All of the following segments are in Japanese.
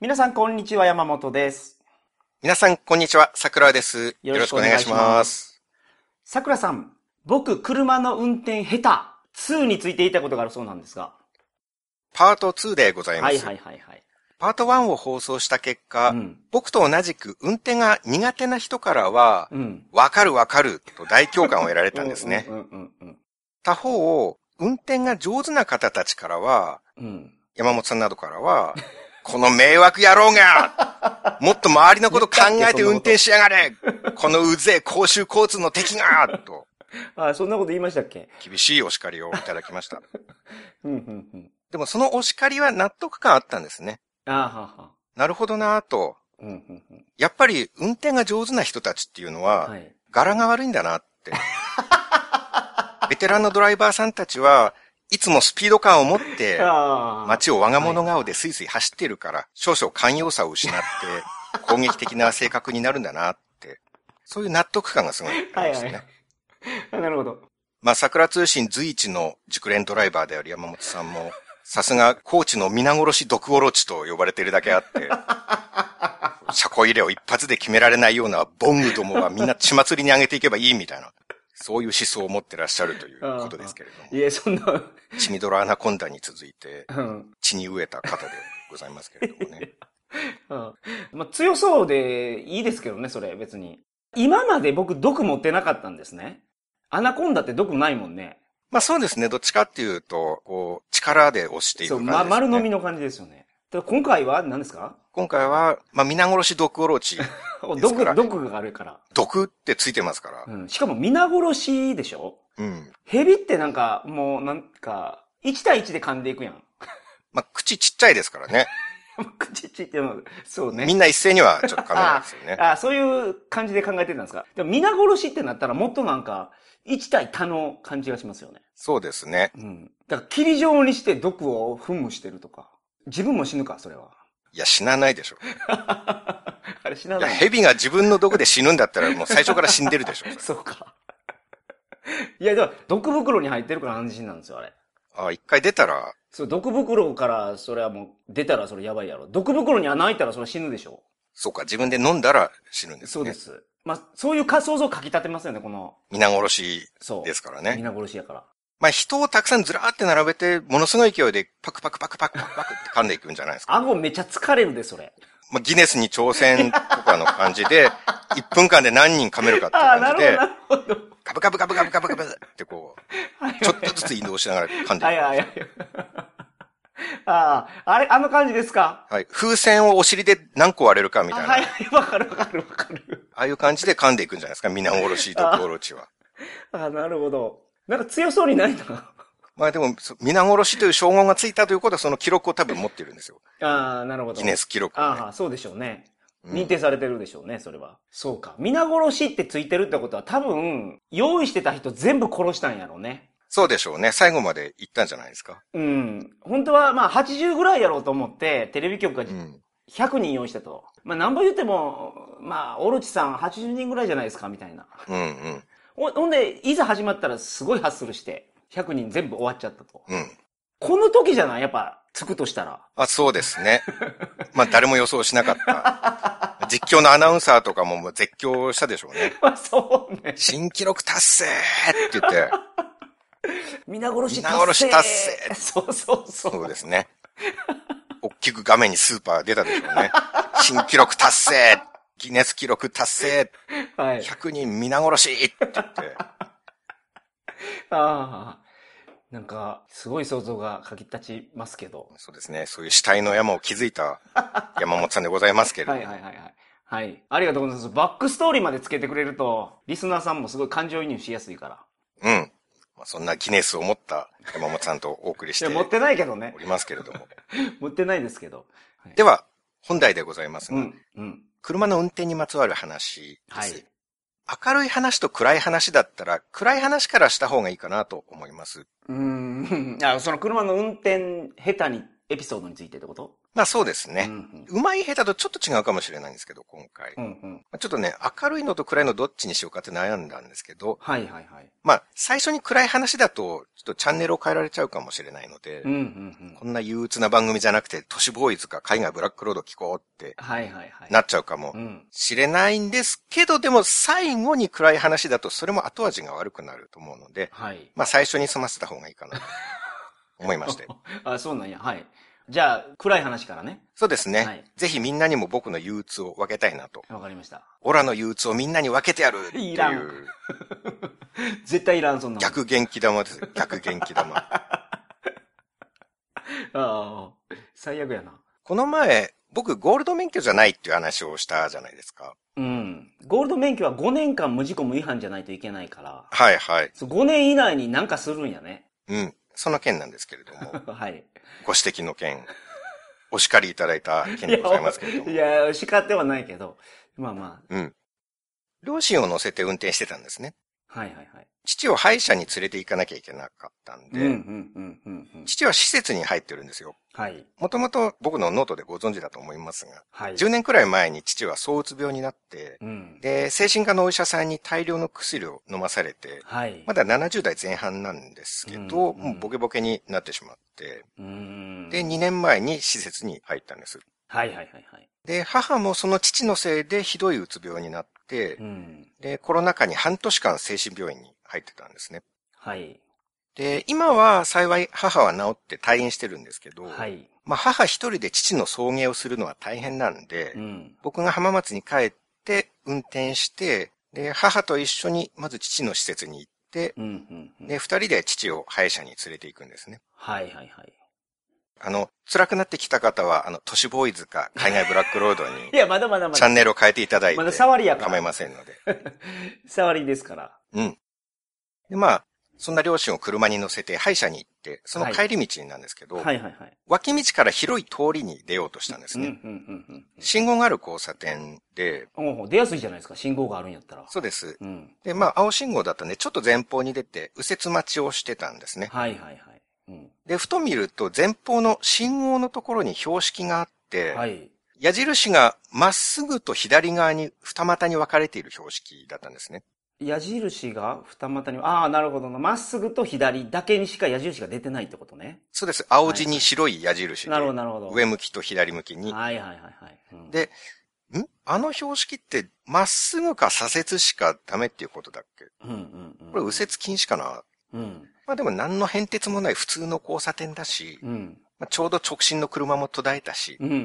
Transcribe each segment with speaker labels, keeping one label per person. Speaker 1: 皆さん、こんにちは。山本です。
Speaker 2: 皆さん、こんにちは。桜です。よろしくお願いします。
Speaker 1: さくらさん、僕、車の運転下手2について言いたいことがあるそうなんですが。
Speaker 2: パート2でございま
Speaker 1: は
Speaker 2: す。
Speaker 1: いはいはいはい。
Speaker 2: パート1を放送した結果、
Speaker 1: うん。
Speaker 2: 僕と同じく運転が苦手な人からは、
Speaker 1: うん。
Speaker 2: わかるわかると大共感を得られたんですね。
Speaker 1: うんうんうん
Speaker 2: 他方、運転が上手な方たちからは、
Speaker 1: うん。うん。
Speaker 2: 山本さんなどから は、この迷惑野郎がもっと周りのこと考えて運転しやがれこのうぜえ公衆交通の敵がと、
Speaker 1: あ、そんなこと言いましたっけ
Speaker 2: 厳しいお叱りをいただきました。
Speaker 1: うんうんうん。
Speaker 2: でもそのお叱りは納得感あったんですね。
Speaker 1: あーはーは
Speaker 2: なるほどなぁと。
Speaker 1: ーうんうんうん。
Speaker 2: やっぱり運転が上手な人たちっていうのは
Speaker 1: は、い。
Speaker 2: 柄が悪いんだなって。 ベテランのドライバーさんたちはいつもスピード感を持って
Speaker 1: あー
Speaker 2: 街を我が物顔でスイスイ走ってるから、少々寛容さを失って攻撃的な性格になるんだなって。そういう納得感がすごいありました
Speaker 1: は
Speaker 2: ね。
Speaker 1: いは あなるほど。
Speaker 2: まあ、桜通信随一の熟練ドライバーである山本さんも、さすが高知の皆殺し毒おろちと呼ばれているだけあって、車庫入れを一発で決められないようなボングどもはみんな血祭りに上げていけばいいみたいな、そういう思想を持ってらっしゃるということですけれど
Speaker 1: い
Speaker 2: も、
Speaker 1: え、そんな、
Speaker 2: 血みどろアナコンダに続いて
Speaker 1: うん。
Speaker 2: 血に飢えた方でございますけれどもね。
Speaker 1: うんまあ、強そうでいいですけどね、それ、別に。今まで僕、毒持ってなかったんですね。アナコンダって毒ないもんね。
Speaker 2: まあそうですね、どっちかっていうと、こう、力で押していく
Speaker 1: そう、
Speaker 2: 感じ
Speaker 1: ま、
Speaker 2: です
Speaker 1: 丸飲
Speaker 2: ね。
Speaker 1: みの感じですよね。ただ今回は何です か
Speaker 2: 今回は、まあ皆殺し毒おろち、ですか
Speaker 1: 毒、
Speaker 2: ら
Speaker 1: 毒があるから。
Speaker 2: 毒ってついてますから
Speaker 1: う、ん。しかも皆殺しでしょ
Speaker 2: うん、
Speaker 1: 蛇ってなんか、もうなんか、1対1で噛んでいくやん。
Speaker 2: まあ、口ちっちゃいですからね。
Speaker 1: 口ちっても、そう ね。
Speaker 2: みんな一斉にはちょっと噛めないですよね。
Speaker 1: あそういう感じで考えてたんですか。でも皆殺しってなったらもっとなんか、1対他の感じがしますよね。
Speaker 2: そうですね。
Speaker 1: うん。だから、霧状にして毒を噴霧してるとか。自分も死ぬか、それは。
Speaker 2: いや、死なないでしょ。
Speaker 1: あれ死ない
Speaker 2: や、
Speaker 1: ない。
Speaker 2: 蛇が自分の毒で死ぬんだったら、もう最初から死んでるでし ょ。
Speaker 1: そうか。いや、でも、毒袋に入ってるから安心なんですよ、あれ。
Speaker 2: あ一回出たら、
Speaker 1: そう、毒袋から、それはもう、出たらそれやばいやろ。毒袋に穴開いたらそれは死ぬでしょ。
Speaker 2: そうか、自分で飲んだら死ぬんですね。
Speaker 1: そうです。まあ、そういうか想像をかき立てますよね、この、
Speaker 2: 皆殺し
Speaker 1: そう。
Speaker 2: ですからね。
Speaker 1: 皆殺しやから。
Speaker 2: まあ、人をたくさんずらーって並べて、ものすごい勢いでパクパクパクパクパクパクって噛んでいくんじゃないですか。
Speaker 1: 顎めちゃ疲れるで、それ。
Speaker 2: まあ、ギネスに挑戦とかの感じ で、1分間で何人噛めるかっていう感じで、
Speaker 1: るほど。
Speaker 2: カブカブカブカブカブカブってこ、
Speaker 1: はいはいう
Speaker 2: ちょっとずつ移動しながら噛んでいくんです
Speaker 1: はい
Speaker 2: よ。
Speaker 1: はい はい。ああ、あれ、あの感じですか
Speaker 2: はい。風船をお尻で何個割れるかみたいな。
Speaker 1: はいはい、わかるわかるわかる。
Speaker 2: ああいう感じで噛んでいくんじゃないですか。皆殺し、毒殺しは。
Speaker 1: あ、なるほど。なんか強そうにないな。
Speaker 2: まあでも、そ皆殺しという称号がついたということは、その記録を多分持ってるんですよ。
Speaker 1: ああ、なるほど。
Speaker 2: ギネス記録をね、
Speaker 1: ああ、そうでしょうね。
Speaker 2: うん
Speaker 1: 認定されてるでしょうね、それは。そうか。皆殺しってついてるってことは多分、用意してた人全部殺したんやろうね。
Speaker 2: そうでしょうね。最後まで行ったんじゃないですか。
Speaker 1: うん。本当はまあ80ぐらいやろうと思って、テレビ局が
Speaker 2: うん。
Speaker 1: 100人用意したと。まあ何ぼ言っても、まあ、オロチさん80人ぐらいじゃないですか、みたいな。
Speaker 2: うんうん。
Speaker 1: ほほんで、いざ始まったらすごいハッスルして、100人全部終わっちゃったと。
Speaker 2: うん。
Speaker 1: この時じゃないやっぱ、つくとしたら。
Speaker 2: あ、そうですね。まあ誰も予想しなかった。実況のアナウンサーとかももう絶叫したでしょうね。
Speaker 1: まあそうね。
Speaker 2: 新記録達成って言って、
Speaker 1: 皆殺し達成。
Speaker 2: 皆殺し達 成
Speaker 1: そうそうそう。
Speaker 2: そうですね。大きく画面にスーパー出たでし ょうね。新記録達成ギネス記録達成
Speaker 1: はい。
Speaker 2: 100人皆殺しって言って。
Speaker 1: ああ。なんか、すごい想像がかき立ちますけど。
Speaker 2: そうですね。そういう死体の山を築いた山本さんでございますけれど
Speaker 1: は
Speaker 2: も。
Speaker 1: いはいはいはい。はい。ありがとうございます。バックストーリーまでつけてくれると、リスナーさんもすごい感情移入しやすいから。
Speaker 2: うん。まあ、そんなギネスを持った山本さんとお送りし
Speaker 1: い
Speaker 2: て
Speaker 1: や、持ってないけどね
Speaker 2: お。りますけれども。
Speaker 1: 持ってないですけど。
Speaker 2: では、本題でございます
Speaker 1: う
Speaker 2: が、
Speaker 1: ん。うん。
Speaker 2: 車の運転にまつわる話で
Speaker 1: は
Speaker 2: す、
Speaker 1: い。
Speaker 2: 明るい話と暗い話だったら、暗い話からした方がいいかなと思います。
Speaker 1: うーん。あ、その車の運転下手にエピソードについてってこと
Speaker 2: まあそうです
Speaker 1: う
Speaker 2: ね。
Speaker 1: ん
Speaker 2: うまい下手とちょっと違うかもしれないんですけど、今回
Speaker 1: う。ん。うんうん。
Speaker 2: ちょっとね、明るいのと暗いのどっちにしようかって悩んだんですけど、
Speaker 1: はいはいはい。
Speaker 2: まあ、最初に暗い話だと、ちょっとチャンネルを変えられちゃうかもしれないので、
Speaker 1: うんうんうん。
Speaker 2: こんな憂鬱な番組じゃなくて、都市ボーイズか海外ブラックロード聞こうって
Speaker 1: はいはいはい。
Speaker 2: なっちゃうかも
Speaker 1: うん。
Speaker 2: しれないんですけど、でも最後に暗い話だと、それも後味が悪くなると思うので、
Speaker 1: はい。
Speaker 2: まあ最初に済ませた方がいいかなと思いまして。
Speaker 1: あ、そうなんや。はい。じゃあ、暗い話からね。
Speaker 2: そうですね、
Speaker 1: はい
Speaker 2: ぜひみんなにも僕の憂鬱を分けたいなと。
Speaker 1: わかりました。
Speaker 2: オラの憂鬱をみんなに分けてやるって
Speaker 1: い
Speaker 2: い
Speaker 1: らん
Speaker 2: う
Speaker 1: 絶対いらん、そんなもん。
Speaker 2: 逆元気玉です。逆元気玉。
Speaker 1: ああ、最悪やな。
Speaker 2: この前、僕ゴールド免許じゃないっていう話をしたじゃないですか。
Speaker 1: うん。ゴールド免許は5年間無事故無違反じゃないといけないから、
Speaker 2: はいはい。
Speaker 1: そう5年以内になんかするんやね。
Speaker 2: うん。その件なんですけれども、
Speaker 1: はい。
Speaker 2: ご指摘の件、お叱りいただいた件でございますけれども
Speaker 1: い。や、叱ってはないけど。まあま
Speaker 2: うん。両親を乗せて運転してたんですね。
Speaker 1: あ。はいはいはい。
Speaker 2: 父を歯医者に連れて行かなきゃいけなかったん
Speaker 1: う
Speaker 2: で、
Speaker 1: んうんうんうんうん。
Speaker 2: 父は施設に入ってるんですよ。
Speaker 1: はい。
Speaker 2: もともと僕のノートでご存知だと思いますが、
Speaker 1: はい。
Speaker 2: 10年くらい前に父は躁うつ病になって、
Speaker 1: うん。
Speaker 2: で、精神科のお医者さんに大量の薬を飲まされて、
Speaker 1: はい。
Speaker 2: まだ70代前半なんですけど、
Speaker 1: うん
Speaker 2: もうボケボケになってしまって、
Speaker 1: うーん。
Speaker 2: で、2年前に施設に入ったんです。
Speaker 1: はいはいはいはい。
Speaker 2: で、母もその父のせいでひどいうつ病になって
Speaker 1: う、ん。
Speaker 2: で、コロナ禍に半年間精神病院に入ってたんですね。
Speaker 1: はい。
Speaker 2: で、今は幸い母は治って退院してるんですけど、
Speaker 1: はい。
Speaker 2: まあ母一人で父の送迎をするのは大変なんで、
Speaker 1: うん。
Speaker 2: 僕が浜松に帰って運転して、で、母と一緒にまず父の施設に行って、
Speaker 1: うんうんうん。
Speaker 2: で、二人で父を歯医者に連れて行くんですね。
Speaker 1: はいはいはい。
Speaker 2: あの、辛くなってきた方は、あの、都市ボーイズか海外ブラックロードに
Speaker 1: いや、まだまだま
Speaker 2: チャ
Speaker 1: だ。
Speaker 2: ンネルを変えていただいて
Speaker 1: まだ触りやから。
Speaker 2: 構いませんので。
Speaker 1: 触りですから。
Speaker 2: うん。で、まあ、そんな両親を車に乗せて歯医者に行って、その帰り道なんですけど、
Speaker 1: はいはいはい。
Speaker 2: 脇道から広い通りに出ようとしたんです
Speaker 1: うん
Speaker 2: ね。
Speaker 1: うんうん
Speaker 2: 信号がある交差点で、
Speaker 1: うん。おう出やすいじゃないですか、信号があるんやったら。
Speaker 2: そうです。
Speaker 1: うん。
Speaker 2: で、まあ、青信号だったんで、ちょっと前方に出て、右折待ちをしてたんですね。
Speaker 1: はいはいはい。うん。
Speaker 2: で、ふと見ると、前方の信号のところに標識があって、
Speaker 1: はい。
Speaker 2: 矢印がまっすぐと左側に二股に分かれている標識だったんですね。
Speaker 1: 矢印が二股に、ああ、なるほどな。まっすぐと左だけにしか矢印が出てないってことね。
Speaker 2: そうです。青地に白い矢印で、
Speaker 1: なるほどなるほど。
Speaker 2: 上向きと左向きに。
Speaker 1: はいはいはいはい。うん
Speaker 2: でんあの標識って、まっすぐか左折しかダメっていうことだっけ
Speaker 1: うんうんうん。
Speaker 2: これ右折禁止かな
Speaker 1: うん。
Speaker 2: まあでも何の変哲もない普通の交差点だし、
Speaker 1: うん。
Speaker 2: まあ、ちょうど直進の車も途絶えたし、
Speaker 1: うんうんう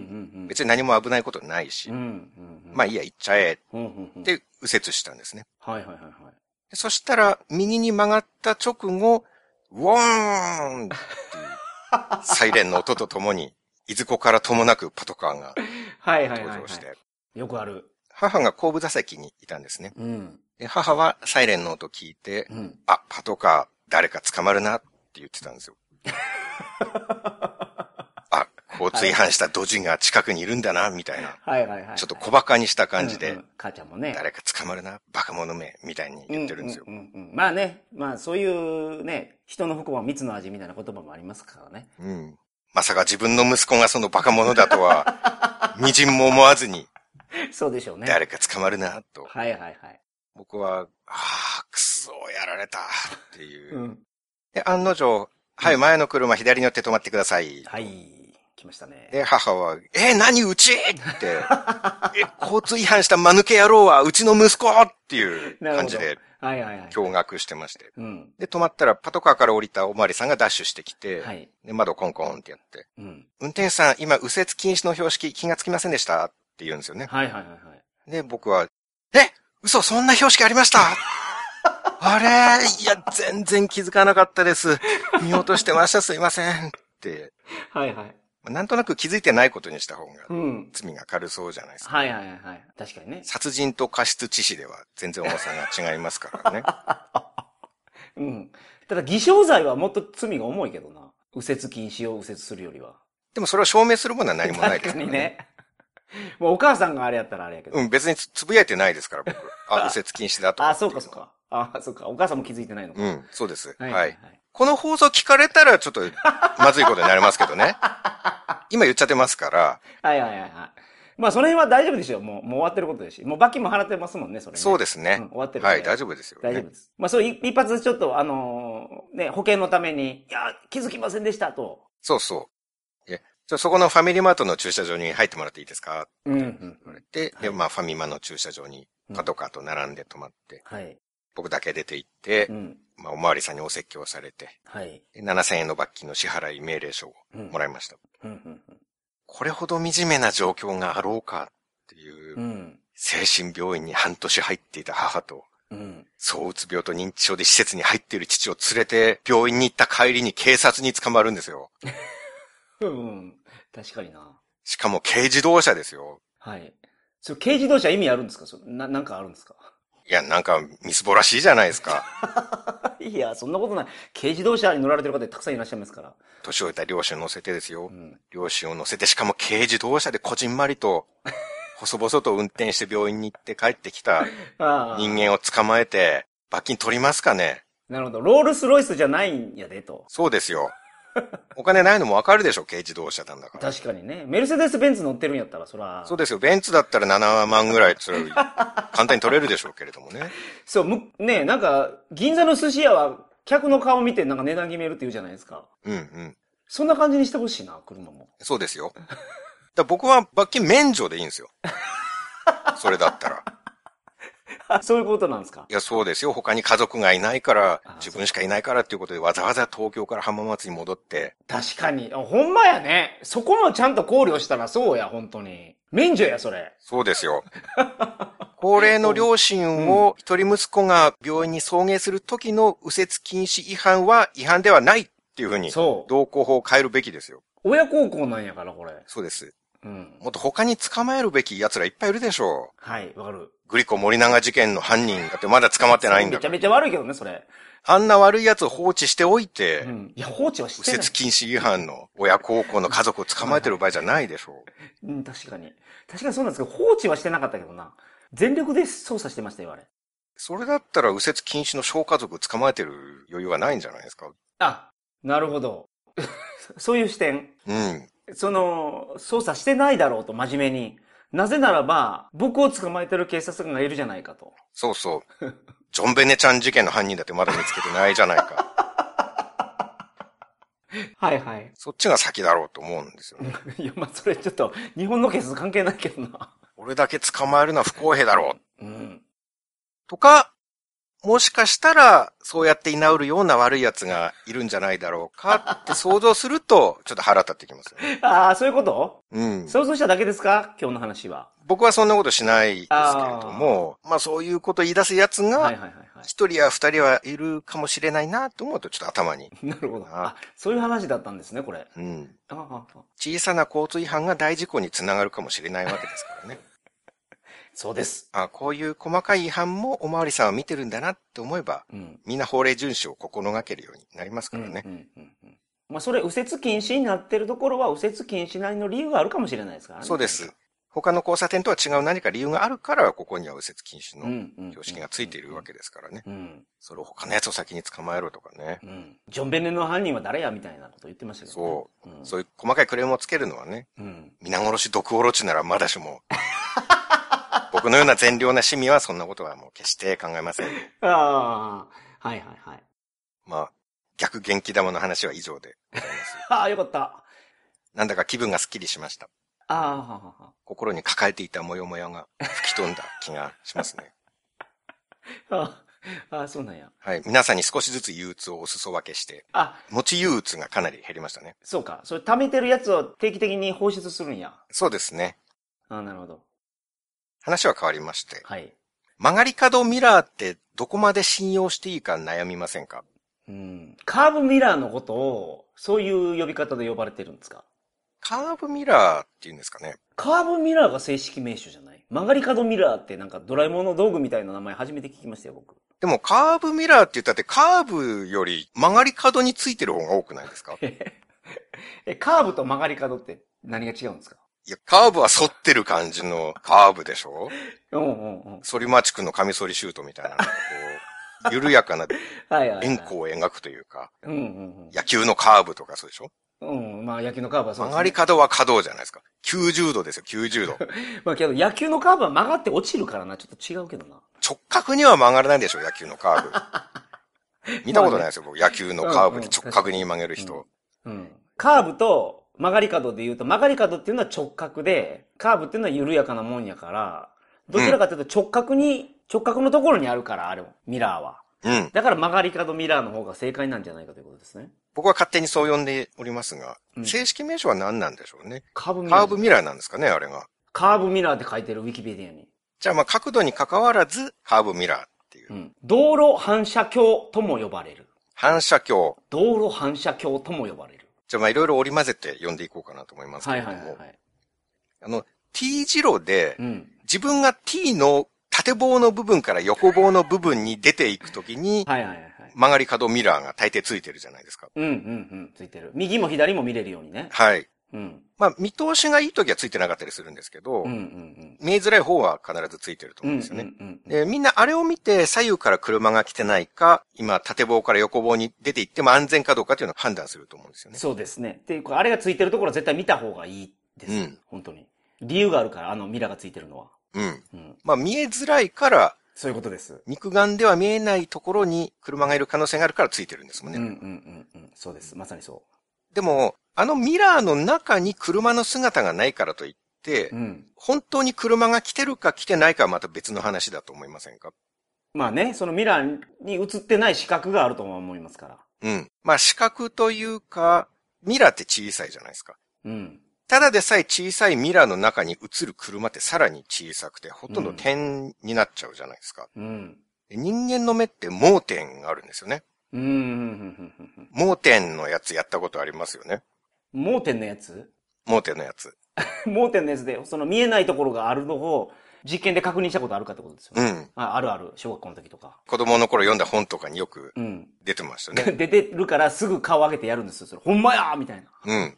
Speaker 1: ん。
Speaker 2: 別に何も危ないことないし、
Speaker 1: うんうんうん。
Speaker 2: まあいいや、行っちゃえ
Speaker 1: うんうんうん。
Speaker 2: って右折したんですね。
Speaker 1: はいはいはいはい。
Speaker 2: でそしたら、右に曲がった直後、ウォーンっていうサイレンの音とともに、いずこからともなくパトカーが
Speaker 1: はいはいはい、
Speaker 2: 登
Speaker 1: は
Speaker 2: 場して
Speaker 1: い。、よくある。
Speaker 2: 母が後部座席にいたんですね。
Speaker 1: うん。
Speaker 2: で母はサイレンの音聞いて、
Speaker 1: うん。
Speaker 2: あ、パトカー、誰か捕まるなって言ってたんです よ。あ、交通違反したドジが近くにいるんだな、みたいな。
Speaker 1: はいはいはい。
Speaker 2: ちょっと小馬鹿にした感じ
Speaker 1: うん
Speaker 2: で
Speaker 1: うん、母ちゃんもね。
Speaker 2: 誰か捕まるな、バカ者め、みたいに言ってるんですよ
Speaker 1: う。んうんうんまあね、まあそういうね、人の不幸は蜜の味みたいな言葉もありますからね。
Speaker 2: うん。まさか自分の息子がそのバカ者だとは、 みじんも思わずに、
Speaker 1: そうでしょうね。
Speaker 2: 誰か捕まるな、と。
Speaker 1: はいはいはい。
Speaker 2: 僕は、ああ、くそ、やられた、っていう。
Speaker 1: うん。
Speaker 2: で、案の定、はい、前の車左に寄って止まってください。
Speaker 1: はい。来ましたね。
Speaker 2: で、母は、えー、何う ちって、え、交通違反した間抜け野郎はうちの息子っていう 感じで
Speaker 1: はいはいはい。
Speaker 2: 驚愕してまして。
Speaker 1: うん。
Speaker 2: で、止まったらパトカーから降りたおまわりさんがダッシュしてきて、
Speaker 1: はい。
Speaker 2: で、窓コンコンってやって、
Speaker 1: うん。
Speaker 2: 運転手さん、今右折禁止の標識気がつきませんでしたって言うんですよね。
Speaker 1: はいはいはいはい。
Speaker 2: で、僕は、え嘘、そんな標識ありました あれいや、全然気づかなかったです。見落としてました、すいません。って、
Speaker 1: はいはい。
Speaker 2: まあなんとなく気づいてないことにした方が
Speaker 1: うん。
Speaker 2: 罪が軽そうじゃないですか。
Speaker 1: はいはいはいはい。確かにね。
Speaker 2: 殺人と過失致死では全然重さが違いますから ね。
Speaker 1: うん。ただ偽証罪はもっと罪が重いけどな。右折禁止を右折するよりは。
Speaker 2: でもそれを証明するものは何もないで
Speaker 1: 確
Speaker 2: すか
Speaker 1: からに
Speaker 2: ね。
Speaker 1: ね。もうお母さんがあれやったらあれやけど。
Speaker 2: うん、別につつぶやいてないですから、僕。あ、右折禁止だとか
Speaker 1: あ、
Speaker 2: ってい
Speaker 1: そう
Speaker 2: の
Speaker 1: かそう。か。あ、そうか。お母さんも気づいてないのか。
Speaker 2: うん、そうです。はい。
Speaker 1: はいはい。
Speaker 2: この放送聞かれたらちょっとまずいことになりますけどね。今言っちゃってますから、
Speaker 1: はいはいはいはい。まあ、その辺は大丈夫ですよ。もう、もう終わってることですし。もう罰金も払ってますもんね、それ、ね。
Speaker 2: そうです
Speaker 1: うん
Speaker 2: ね。
Speaker 1: 終わってるんで。
Speaker 2: はい、大丈夫ですよ、ね。
Speaker 1: 大丈夫です。まあ、それ一一発ちょっと、あのーね、保険のために、いや、気づきませんでした、と。
Speaker 2: そうそう。えじゃあそこのファミリーマートの駐車場に入ってもらっていいですか
Speaker 1: うん、うん。
Speaker 2: で、
Speaker 1: はい
Speaker 2: で、まあファミマの駐車場にパトカーと並んで止まって、
Speaker 1: はい。
Speaker 2: 僕だけ出て行って
Speaker 1: う、ん。
Speaker 2: まあおまわりさんにお説教されて、
Speaker 1: はい。
Speaker 2: で7000円の罰金の支払い命令書を
Speaker 1: うん。
Speaker 2: もらいました。
Speaker 1: うん、うん
Speaker 2: これほど惨めな状況があろうかっていうう、
Speaker 1: ん。
Speaker 2: 精神病院に半年入っていた母と、
Speaker 1: うん。うん。
Speaker 2: 躁うつ病と認知症で施設に入っている父を連れて病院に行った帰りに警察に捕まるんですよ。
Speaker 1: うん。確かにな。
Speaker 2: しかも軽自動車ですよ。
Speaker 1: はい。それ、軽自動車意味あるんですかそれな、なんかあるんですか
Speaker 2: いや、なんか、みすぼらしいじゃないですか。
Speaker 1: いや、そんなことない。軽自動車に乗られてる方たくさんいらっしゃいますから。
Speaker 2: 年老いた両親を乗せてですよ
Speaker 1: う。ん。
Speaker 2: 両親を乗せて、しかも軽自動車でこじんまりと、細々と運転して病院に行って帰ってきた
Speaker 1: ああ。
Speaker 2: 人間を捕まえて、罰金取りますかね
Speaker 1: なるほど。ロールスロイスじゃないんやで、と。
Speaker 2: そうですよ。お金ないのもわかるでしょ、軽自動車なんだから。
Speaker 1: 確かにね。メルセデス・ベンツ乗ってるんやったら、そら。
Speaker 2: そうですよ。ベンツだったら7万ぐらい、それ、簡単に取れるでしょうけれどもね。
Speaker 1: そう、む、ねえ、なんか、銀座の寿司屋は、客の顔見てなんか値段決めるって言うじゃないですか。
Speaker 2: うんうん。
Speaker 1: そんな感じにしてほしいな、車も。
Speaker 2: そうですよ。だから僕は罰金免除でいいんですよ。 それだったら。
Speaker 1: あ、 そういうことなんですか
Speaker 2: い。や、そうですよ。他に家族がいないから
Speaker 1: あ、
Speaker 2: 自分しかいないからっていうことで、わざわざ東京から浜松に戻って、
Speaker 1: 確かに。あほんまやね。そこもちゃんと考慮したらそうや、本当に。免除や、それ。
Speaker 2: そうです よ。高齢の両親を一人息子が病院に送迎する時の右折禁止違反は違反ではないっていうふうに、
Speaker 1: そう。
Speaker 2: 同行法を変えるべきですよ。
Speaker 1: 親孝行なんやから、これ。
Speaker 2: そうです。
Speaker 1: うん。
Speaker 2: もっと他に捕まえるべき奴らいっぱいいるでしょ
Speaker 1: はい、わかる。
Speaker 2: う。グリコ森永事件の犯人だってまだ捕まってないんだ
Speaker 1: めち
Speaker 2: か
Speaker 1: ゃ
Speaker 2: ら。
Speaker 1: めちゃ悪いけどね、それ。
Speaker 2: あんな悪い奴を放置しておいて、
Speaker 1: うん。いや、放置はして
Speaker 2: 右
Speaker 1: ない
Speaker 2: 折。禁止違反の親孝行の家族を捕まえてる場合じゃないでしょう。
Speaker 1: うん、確かに。確かにそうなんですけど、放置はしてなかったけどな。全力で操作してましたよ、あれ。
Speaker 2: それだったら右折禁止の小家族捕まえてる余裕はないんじゃないですか。
Speaker 1: あ、なるほど。 そういう視点。
Speaker 2: うん。
Speaker 1: その、捜査してないだろうと、真面目に。なぜならば、僕を捕まえてる警察官がいるじゃないかと。
Speaker 2: そうそう。ジョンベネちゃん事件の犯人だってまだ見つけてないじゃな いか。
Speaker 1: はいはい。
Speaker 2: そっちが先だろうと思うんですよね。
Speaker 1: いや、まあ、それちょっと、日本の警察関係ないけどな。
Speaker 2: 俺だけ捕まえるのは不公平だろう。
Speaker 1: うん。
Speaker 2: とか、もしかしたら、そうやって居直るような悪い奴がいるんじゃないだろうかって想像すると、ちょっと腹立ってきますよね。
Speaker 1: ああ、そういうこと
Speaker 2: うん。
Speaker 1: 想像しただけですか今日の話は。
Speaker 2: 僕はそんなことしないですけれども、まあそういうこと言い出す奴
Speaker 1: はい
Speaker 2: が、
Speaker 1: はいはいは
Speaker 2: 一人や二人はいるかもしれないなと思うと、ちょっと頭に。
Speaker 1: い。なるほど。あ、そういう話だったんですね、これ。
Speaker 2: うん。
Speaker 1: あああ
Speaker 2: 小さな交通違反が大事故につながるかもしれないわけですか らね。
Speaker 1: そうです。
Speaker 2: あこういう細かい違反もおまわりさんは見てるんだなって思えば、
Speaker 1: うん。
Speaker 2: みんな法令遵守を心がけるようになります
Speaker 1: う
Speaker 2: か
Speaker 1: ん
Speaker 2: らね。
Speaker 1: うんうんうんまあ、それ、右折禁止になってるところは、右折禁止なりの理由があるかもしれないですからね。
Speaker 2: そうです。。他の交差点とは違う何か理由があるから、ここには右折禁止の
Speaker 1: ん、うん
Speaker 2: 標識がついているわけですからね。
Speaker 1: うん。
Speaker 2: それを他のやつを先に捕まえろとかね。
Speaker 1: うん。ジョンベネの犯人は誰やみたいなこと言ってましたけど、ね。。
Speaker 2: そう
Speaker 1: ん、
Speaker 2: そういう細かいクレームをつけるのはね、
Speaker 1: うん。
Speaker 2: 皆殺し毒殺しならまだしも。僕のような善良な市民はそんなことはもう決して考えません。
Speaker 1: ああ、はいはいはい。
Speaker 2: まあ、逆元気玉の話は以上でござ います。
Speaker 1: ああ、よかった。あ
Speaker 2: なんだか気分がスッキリしました。
Speaker 1: あ、ははは
Speaker 2: 心に抱えていたモヤモヤが 吹き飛んだ気がしますね。
Speaker 1: ああああ、そうなんや。
Speaker 2: はい。皆さんに少しずつ憂鬱をお裾分けして、
Speaker 1: あ、
Speaker 2: 持ち憂鬱がかなり減りましたね。
Speaker 1: そうか。それ溜めてるやつを定期的に放出するんや。
Speaker 2: そうですね。
Speaker 1: ああ、なるほど。
Speaker 2: 話は変わりまして、
Speaker 1: はい。
Speaker 2: 曲がり角ミラーってどこまで信用していいか悩みませんか
Speaker 1: うん。カーブミラーのことを、そういう呼び方で呼ばれてるんですか
Speaker 2: カーブミラーっていうんですかね。
Speaker 1: カーブミラーが正式名称じゃない曲がり角ミラーってなんかドラえもんの道具みたいな名前初めて聞きましたよ、僕。
Speaker 2: でもカーブミラーって言ったってカーブより曲がり角についてる方が多くないですか
Speaker 1: え、カーブと曲がり角って何が違うんですか
Speaker 2: いや、カーブは反ってる感じのカーブでしょ
Speaker 1: うんうんうん。
Speaker 2: 反町くんのカミソリシュートみたいな、なんかこう、緩やかな
Speaker 1: はいはい、はい。
Speaker 2: 円弧を描くというか、
Speaker 1: うんうんうん。
Speaker 2: 野球のカーブとかそうでしょ
Speaker 1: うん、まあ野球のカーブはそうで
Speaker 2: 曲
Speaker 1: す、
Speaker 2: がり
Speaker 1: ね。
Speaker 2: 角は角じゃないですか。90度ですよ、90度。
Speaker 1: まあけど野球のカーブは曲がって落ちるからな、ちょっと違うけどな。
Speaker 2: 直角には曲がらないでしょ、野球のカー ブ。見たことないですよ、僕。野球のカーブで直角に曲げる人。
Speaker 1: うん。カーブと曲がり角で言うと、曲がり角っていうのは直角で、カーブっていうのは緩やかなもんやから、どちらかというと直角に、直角のところにあるから、あれも、ミラーは。
Speaker 2: うん。
Speaker 1: だから曲がり角ミラーの方が正解なんじゃないかということですね。
Speaker 2: 僕は勝手にそう呼んでおりますが
Speaker 1: う、ん
Speaker 2: 正式名称は何なんでしょうね。
Speaker 1: カーブミラ
Speaker 2: カー
Speaker 1: ー。
Speaker 2: ブミラーなんですかね、あれが。
Speaker 1: カーブミラーって書いてるウィキペディアに。
Speaker 2: じゃあまあ角度に関わらず、カーブミラーっていうう。
Speaker 1: ん。道路反射鏡とも呼ばれる。
Speaker 2: 反射鏡。
Speaker 1: 道路反射鏡とも呼ばれる。
Speaker 2: じゃあまあいろいろ織り交ぜて呼んでいこうかなと思いますけ
Speaker 1: は
Speaker 2: れ
Speaker 1: い
Speaker 2: ど
Speaker 1: はいはい
Speaker 2: も
Speaker 1: は。い。
Speaker 2: あの、T 字路で
Speaker 1: う、ん。
Speaker 2: 自分が T の縦棒の部分から横棒の部分に出ていくときに、
Speaker 1: はいはいはいはい。
Speaker 2: 曲がり角ミラーが大抵ついてるじゃないですか。
Speaker 1: うんうんうん。ついてる。右も左も見れるようにね。
Speaker 2: はい。
Speaker 1: うん。
Speaker 2: まあ、見通しがいいときはついてなかったりするんですけど、
Speaker 1: うんうんうん。
Speaker 2: 見えづらい方は必ずついてると思うんですよね。
Speaker 1: うんうんうん
Speaker 2: で、みんなあれを見て左右から車が来てないか、今縦棒から横棒に出ていっても安全かどうかというのを判断すると思うんですよね。
Speaker 1: そうですね。っていうか、あれがついてるところは絶対見た方がいいです。
Speaker 2: うん
Speaker 1: 本当に。理由があるから、あのミラーがついてるのは。
Speaker 2: うん。
Speaker 1: うん。
Speaker 2: まあ、見えづらいから、
Speaker 1: そういうことです。
Speaker 2: 肉眼では見えないところに車がいる可能性があるからついてるんですもん
Speaker 1: う
Speaker 2: ね。
Speaker 1: んうんうんうん。そうです。まさにそ
Speaker 2: でも、あのミラーの中に車の姿がないからといって、
Speaker 1: う。うん。
Speaker 2: 本当に車が来てるか来てないかはまた別の話だと思いませんか
Speaker 1: まあね、そのミラーに映ってない視覚があるとは思いますから。
Speaker 2: うん。まあ、視覚というか、ミラーって小さいじゃないですか。
Speaker 1: うん。
Speaker 2: ただでさえ小さいミラーの中に映る車ってさらに小さくて、ほとんど点になっちゃうじゃないですか。
Speaker 1: うん。
Speaker 2: で人間の目って盲点があるんですよね。
Speaker 1: うんうんうんうんうんうん。
Speaker 2: 盲点のやつやったことありますよね。
Speaker 1: 盲点のやつ
Speaker 2: 盲点のやつ。
Speaker 1: 盲点のやつで、その見えないところがあるのを実験で確認したことあるかってことですよ
Speaker 2: う
Speaker 1: ね。
Speaker 2: ん。
Speaker 1: ああるある。小学校の時とか。
Speaker 2: 子供の頃読んだ本とかによく
Speaker 1: うん。
Speaker 2: 出てました ね。
Speaker 1: 出てるからすぐ顔上げてやるんですよ。それ、ほんまやーみたいな。
Speaker 2: うん。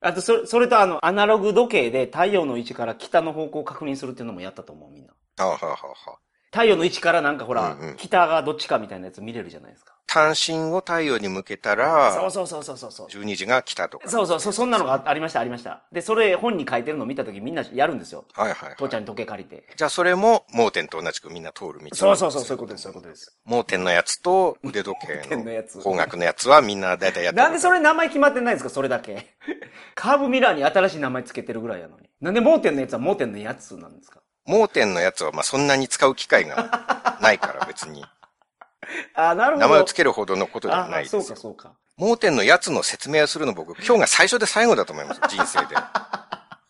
Speaker 1: あと、それ、それとあの、アナログ時計で太陽の位置から北の方向を確認するっていうのもやったと思う、みんな。
Speaker 2: はあ、はあはあはあ、
Speaker 1: 太陽の位置からなんかほら、
Speaker 2: うんうん
Speaker 1: 北がどっちかみたいなやつ見れるじゃないですか。
Speaker 2: 単身を太陽に向けた
Speaker 1: そう
Speaker 2: ら、
Speaker 1: そうそうそうそうそう。
Speaker 2: 12時が来たとか。
Speaker 1: そうそうそう、そんなのがあありました、ありました。で、それ本に書いてるのを見たときみんなやるんですよ。
Speaker 2: はいはい、はい。
Speaker 1: 父ちゃんに時計借りて。
Speaker 2: じゃあそれも盲点と同じくみんな通る道なんですよ
Speaker 1: そうそうそう、そういうことです、そういうことです。
Speaker 2: 盲点のやつと腕時計
Speaker 1: 点の
Speaker 2: の
Speaker 1: やつ
Speaker 2: 工学のやつはみんな大体やって
Speaker 1: なんで
Speaker 2: る。
Speaker 1: それ名前決まってないんですか、それだけ。カーブミラーに新しい名前つけてるぐらいやのに。なんで盲点のやつは盲点のやつなんですか
Speaker 2: 盲点のやつはまあそんなに使う機会がないから別 に。
Speaker 1: あ、なるほど。
Speaker 2: 名前をつけるほどのことではない
Speaker 1: あ、そ
Speaker 2: で
Speaker 1: う
Speaker 2: す
Speaker 1: か、
Speaker 2: よ。
Speaker 1: そうか。
Speaker 2: 盲点のやつの説明をするの僕今日が最初で最後だと思います。人生 で。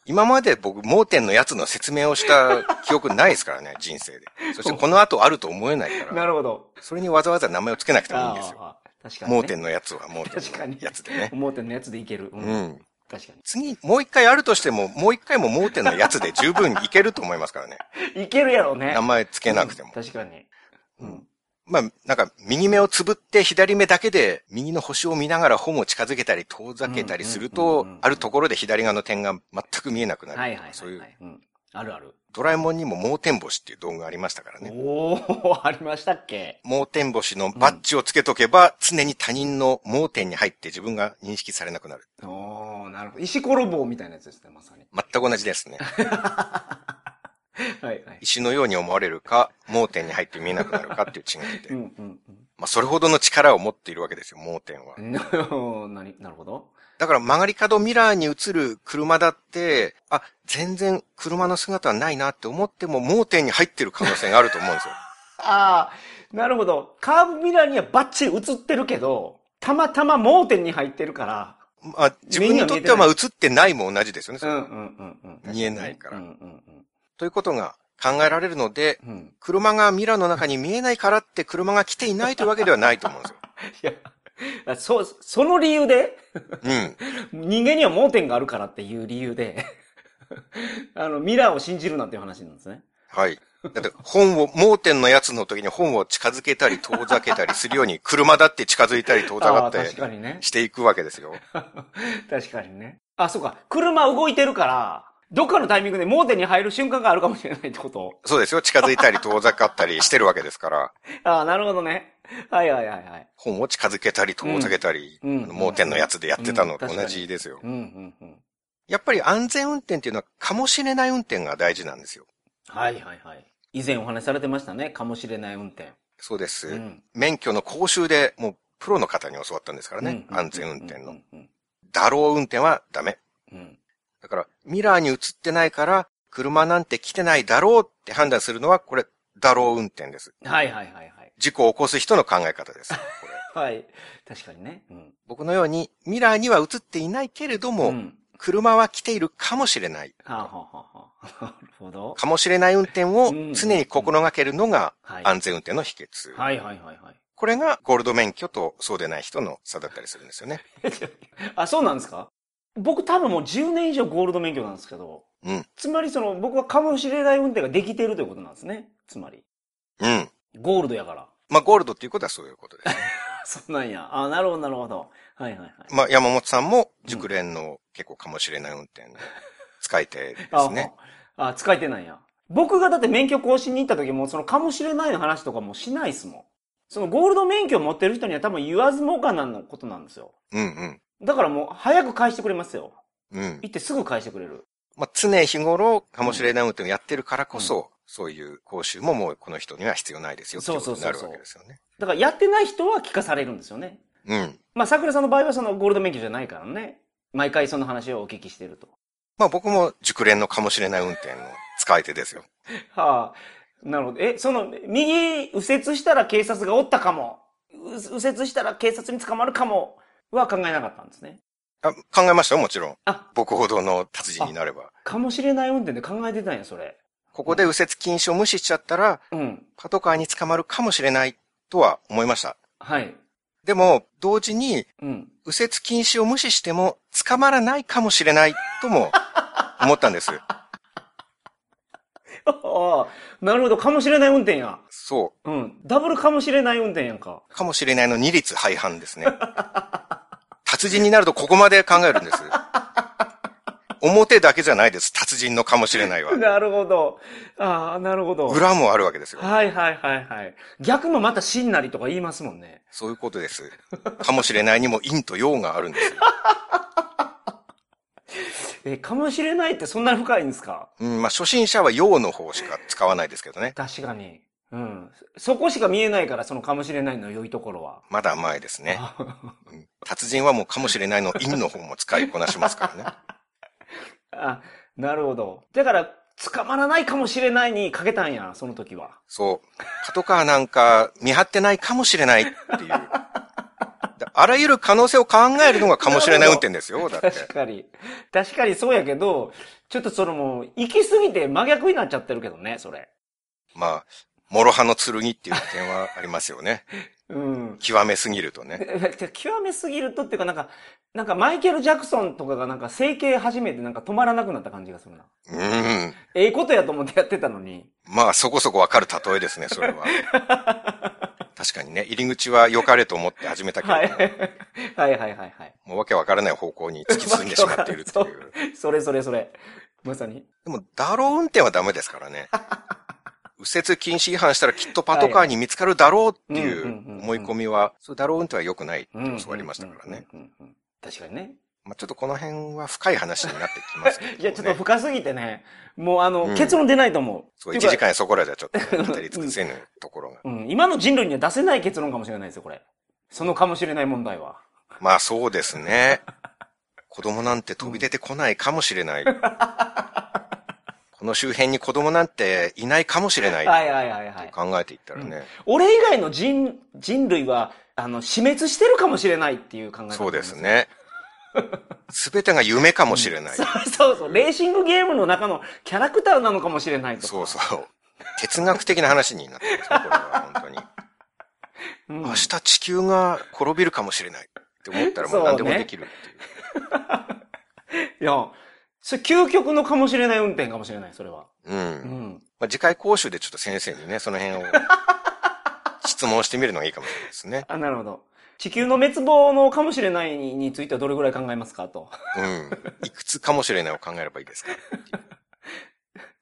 Speaker 2: 今まで僕盲点のやつの説明をした記憶ないですからね、人生で。そしてこの後あると思えないから、
Speaker 1: なるほど。
Speaker 2: それにわざわざ名前をつけなくてもいいんですよ。
Speaker 1: ああ確かに、ね。
Speaker 2: 盲点のやつは盲点
Speaker 1: 確か
Speaker 2: の
Speaker 1: に
Speaker 2: やつでね。
Speaker 1: 盲点のやつでいける。う。
Speaker 2: うんん。
Speaker 1: 確か
Speaker 2: 次、もう一回あるとしても、もう一回も盲点のやつで十分いけると思いますからね。
Speaker 1: に。いけるやろうね。
Speaker 2: 名前つけなくて
Speaker 1: う
Speaker 2: も
Speaker 1: ん。確かに。うん。
Speaker 2: まあ、なんか、右目をつぶって左目だけで、右の星を見ながら本を近づけたり遠ざけたりする
Speaker 1: うんう
Speaker 2: と
Speaker 1: んうんうん、
Speaker 2: あるところで左側の点が全く見えなくな
Speaker 1: は
Speaker 2: る。
Speaker 1: いはいはい、はい。
Speaker 2: そういう、
Speaker 1: うん。あるある。
Speaker 2: ドラえもんにも盲点星っていう道具がありましたからね。
Speaker 1: おお ありましたっけ
Speaker 2: 盲点星のバッジをつけとけば、常に他人の盲点に入って自分が認識されなくなる。
Speaker 1: おおなるほど。石ころ棒みたいなやつですね、まさに。
Speaker 2: 全く同じ ですね。
Speaker 1: はいはい。
Speaker 2: 石のように思われるか、盲点に入って見えなくなるかっていう違いで
Speaker 1: う。んうん
Speaker 2: まあ、それほどの力を持っているわけですよ、盲点は
Speaker 1: う。ん。 なるほどなになるほど。
Speaker 2: だから曲がり角ミラーに映る車だって、あ、全然車の姿はないなって思っても盲点に入ってる可能性があると思うんですよ。
Speaker 1: ああ、なるほど。カーブミラーにはバッチリ映ってるけど、たまたま盲点に入ってるから。
Speaker 2: まあ、自分にとってはまあ映ってないも同じですよね。
Speaker 1: うんうんうんうん。
Speaker 2: 見えないから
Speaker 1: うんうん
Speaker 2: ということが考えられるので、
Speaker 1: うん。うん。
Speaker 2: 車がミラーの中に見えないからって車が来ていないというわけではないと思うんで すよ。
Speaker 1: いや、そ、その理由で、
Speaker 2: うん。
Speaker 1: 人間には盲点があるからっていう理由で、 あの、ミラーを信じるなっていう話なんですね。
Speaker 2: はい。だって本を、盲点のやつの時に本を近づけたり遠ざけたりするように車だって近づいたり遠ざか
Speaker 1: ああ
Speaker 2: っ
Speaker 1: ー、確
Speaker 2: て
Speaker 1: かにね。
Speaker 2: していくわけですよ。
Speaker 1: 確かにね。あ、そうか。車動いてるから、どっかのタイミングで盲点に入る瞬間があるかもしれないってこと
Speaker 2: そうですよ。近づいたり遠ざかったりしてるわけですから。
Speaker 1: ああ、なるほどね。はいはいはいはい。
Speaker 2: 本を近づけたり、遠ざけたり、
Speaker 1: うん
Speaker 2: あの盲点のやつでやってたのと
Speaker 1: うん
Speaker 2: 同じですよ。
Speaker 1: うんうんうん。
Speaker 2: やっぱり安全運転っていうのは、かもしれない運転が大事なんですよ。
Speaker 1: はいはいはい。以前お話しされてましたね。かもしれない運転。
Speaker 2: そうです。
Speaker 1: うん
Speaker 2: 免許の講習でもう、プロの方に教わったんですからね。
Speaker 1: うん
Speaker 2: 安全運転
Speaker 1: う
Speaker 2: の。
Speaker 1: んうん
Speaker 2: だろう運転はダメ。
Speaker 1: うんうん。
Speaker 2: だから、ミラーに映ってないから、車なんて来てないだろうって判断するのは、これ、だろう運転です。
Speaker 1: はいはいはいはい。
Speaker 2: 事故を起こす人の考え方です。 これ
Speaker 1: はい。確かにね。うん。
Speaker 2: 僕のように、ミラーには映っていないけれども、
Speaker 1: ん。
Speaker 2: 車は来ているかもしれない。
Speaker 1: はあ、はあはあはあ、 なるほど。
Speaker 2: かもしれない運転を
Speaker 1: うん
Speaker 2: 常に心がけるのが
Speaker 1: はい。
Speaker 2: 安全運転の秘訣。
Speaker 1: はいはいはいはい。
Speaker 2: これがゴールド免許とそうでない人の差だったりするんですよね。
Speaker 1: あ、そうなんですか僕多分もう10年以上ゴールド免許なんですけど、
Speaker 2: うん。
Speaker 1: つまりその僕はかもしれない運転ができてるということなんですね。つまり。
Speaker 2: うん。
Speaker 1: ゴールドやから。
Speaker 2: まあ、ゴールドっていうことはそういうことです。
Speaker 1: そうなんや。あ、なるほどなるほど。はいはいはい。
Speaker 2: まあ、山本さんも熟練の結構かもしれない運転の使い手ですね。
Speaker 1: あ、あ使えてないや。僕がだって免許更新に行った時も、そのかもしれないの話とかもしないっすもん。そのゴールド免許を持ってる人には多分言わずもがなのことなんですよ。
Speaker 2: うん
Speaker 1: だからもう早く返してくれますよ。
Speaker 2: うん。うん。
Speaker 1: 行ってすぐ返してくれる。
Speaker 2: まあ、常日頃かもしれない運転をやってるからこそ、そういう講習ももうこの人には必要ないですよっていうことになるわけですよね。
Speaker 1: だからやってない人は聞かされるんですよね。
Speaker 2: うん。
Speaker 1: まあ、桜さんの場合はそのゴールド免許じゃないからね。毎回その話をお聞きしてると。
Speaker 2: まあ、僕も熟練のかもしれない運転の使い手ですよ。
Speaker 1: はあ。なるほど。え、その、右右折したら警察がおったかも。う右折したら警察に捕まるかも。は考えなかったんですね。
Speaker 2: あ考えましたよ、もちろん。
Speaker 1: あ、
Speaker 2: 僕ほどの達人になれば。
Speaker 1: かもしれない運転で考えてたんや、それ。
Speaker 2: ここで右折禁止を無視しちゃったら、
Speaker 1: うん。
Speaker 2: パトカーに捕まるかもしれないとは思いました。
Speaker 1: はい。
Speaker 2: でも、同時に、
Speaker 1: うん。
Speaker 2: 右折禁止を無視しても捕まらないかもしれないとも思った んです。
Speaker 1: ああ、なるほど。かもしれない運転や。
Speaker 2: そ
Speaker 1: うん。ダブルかもしれない運転やんか。
Speaker 2: う。かもしれないの二律背反ですね。達人になるとここまで考えるんです。表だけじゃないです。達人のかもしれない は。
Speaker 1: なるほど。ああ、なるほど。はい
Speaker 2: 裏もあるわけですよ。
Speaker 1: はいはいはい。逆もまたしんなりとか言いますもんね。
Speaker 2: そういうことです。かもしれないにも陰と陽があるんです。
Speaker 1: え、かもしれないってそんなに深いんですか
Speaker 2: うん、まあ初心者は陽の方しか使わないですけどね。
Speaker 1: 確かに。うん。そこしか見えないから、そのかもしれないの良いところは。
Speaker 2: まだ前ですね。
Speaker 1: あ
Speaker 2: うん達人はもうかもしれないの陰の方も使いこなしま すからね。
Speaker 1: あ、なるほど。だから、捕まらないかもしれないにかけたんや、その時は。
Speaker 2: そう。パトカーなんか見張ってないかもしれないっていう。だあらゆる可能性を考えるのがかもしれない運転で すよ。だって。
Speaker 1: 確かに。確かにそうやけど、ちょっとそのもう、行き過ぎて真逆になっちゃってるけどね、それ。
Speaker 2: まあ、諸刃の剣っていう点はありますよね。
Speaker 1: うん。
Speaker 2: 極めすぎるとね。
Speaker 1: ええ極めすぎるとっていうかなんか、なんかマイケル・ジャクソンとかがなんか整形始めてなんか止まらなくなった感じがするな。
Speaker 2: うん。
Speaker 1: ええことやと思ってやってたのに。
Speaker 2: まあ、そこそこわかる例えですね、それ は。確かにね、入り口は良かれと思って始めたけ
Speaker 1: はい。
Speaker 2: れども、
Speaker 1: はいはいはいはい。
Speaker 2: もうわけわからない方向に突き進んでしまっているって
Speaker 1: わ
Speaker 2: い
Speaker 1: けわ
Speaker 2: う。
Speaker 1: それそれそれ。まさに。
Speaker 2: でも、だろう運転はダメですから ね。右折禁止違反したらきっとパトカーに見つかるだろうってい
Speaker 1: はいはいうんうんうんう
Speaker 2: うん思い込みは、そうだろう運転は良くないって教わりましたからね。
Speaker 1: うんうんうんうん。確かにね。
Speaker 2: まあちょっとこの辺は深い話になってきますけど、ね。
Speaker 1: いや、ちょっと深すぎてね。もうあの、
Speaker 2: うん
Speaker 1: 結論出ないと思う。
Speaker 2: そう、1
Speaker 1: ってい
Speaker 2: 時
Speaker 1: うか。
Speaker 2: 間そこらじゃちょっとね語り尽 くせぬところが。
Speaker 1: うん。今の人類には出せない結論かもしれないですよ、これ。そのかもしれない問題は。
Speaker 2: まあそうですね。子供なんて飛び出てこないかもし れない。この周辺に子供なんていないかもしれない。
Speaker 1: はいはいはいはい。
Speaker 2: 考えていったらね、
Speaker 1: 俺以外の人、人類は、あの、死滅してるかもしれないっていう考え方。
Speaker 2: そうです。ね。すべてが夢かもしれない
Speaker 1: そ。う そうそう。レーシングゲームの中のキャラクターなのかもしれないとか。
Speaker 2: そうそう。哲学的な話になってますね、これは本当に。
Speaker 1: うん。
Speaker 2: 明日地球が滅びるかもしれないって思ったらも
Speaker 1: そううね
Speaker 2: 何でもできるっていう。
Speaker 1: いや、それ究極のかもしれない運転かもしれない、それは。う
Speaker 2: う。
Speaker 1: んん。
Speaker 2: まあ、次回講習でちょっと先生にね、その辺を質問してみるのがいいかもしれないですね。
Speaker 1: あ、なるほど。地球の滅亡のかもしれないにについてはどれぐらい考えますかと。
Speaker 2: うん。いくつかもしれないを考えればいいですかっていう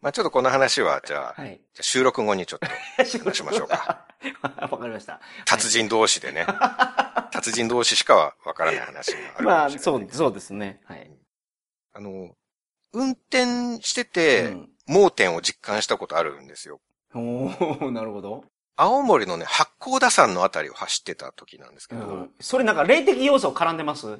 Speaker 2: まあちょっとこの話は、じゃあ、
Speaker 1: はい。
Speaker 2: じゃあ収録後にちょっと話しましょうか。
Speaker 1: わかりました。
Speaker 2: 達人同 士でね。達人同士しかわからない話がある
Speaker 1: ま
Speaker 2: か
Speaker 1: あ、
Speaker 2: もしれない。
Speaker 1: そう、そうですね。はい。
Speaker 2: あの、運転してて、
Speaker 1: うん
Speaker 2: 盲点を実感したことあるんですよ。
Speaker 1: おー、なるほど。
Speaker 2: 青森のね、八甲田山のあたりを走ってた時なんですけ
Speaker 1: う
Speaker 2: ど、
Speaker 1: ん。それなんか霊的要素絡んでます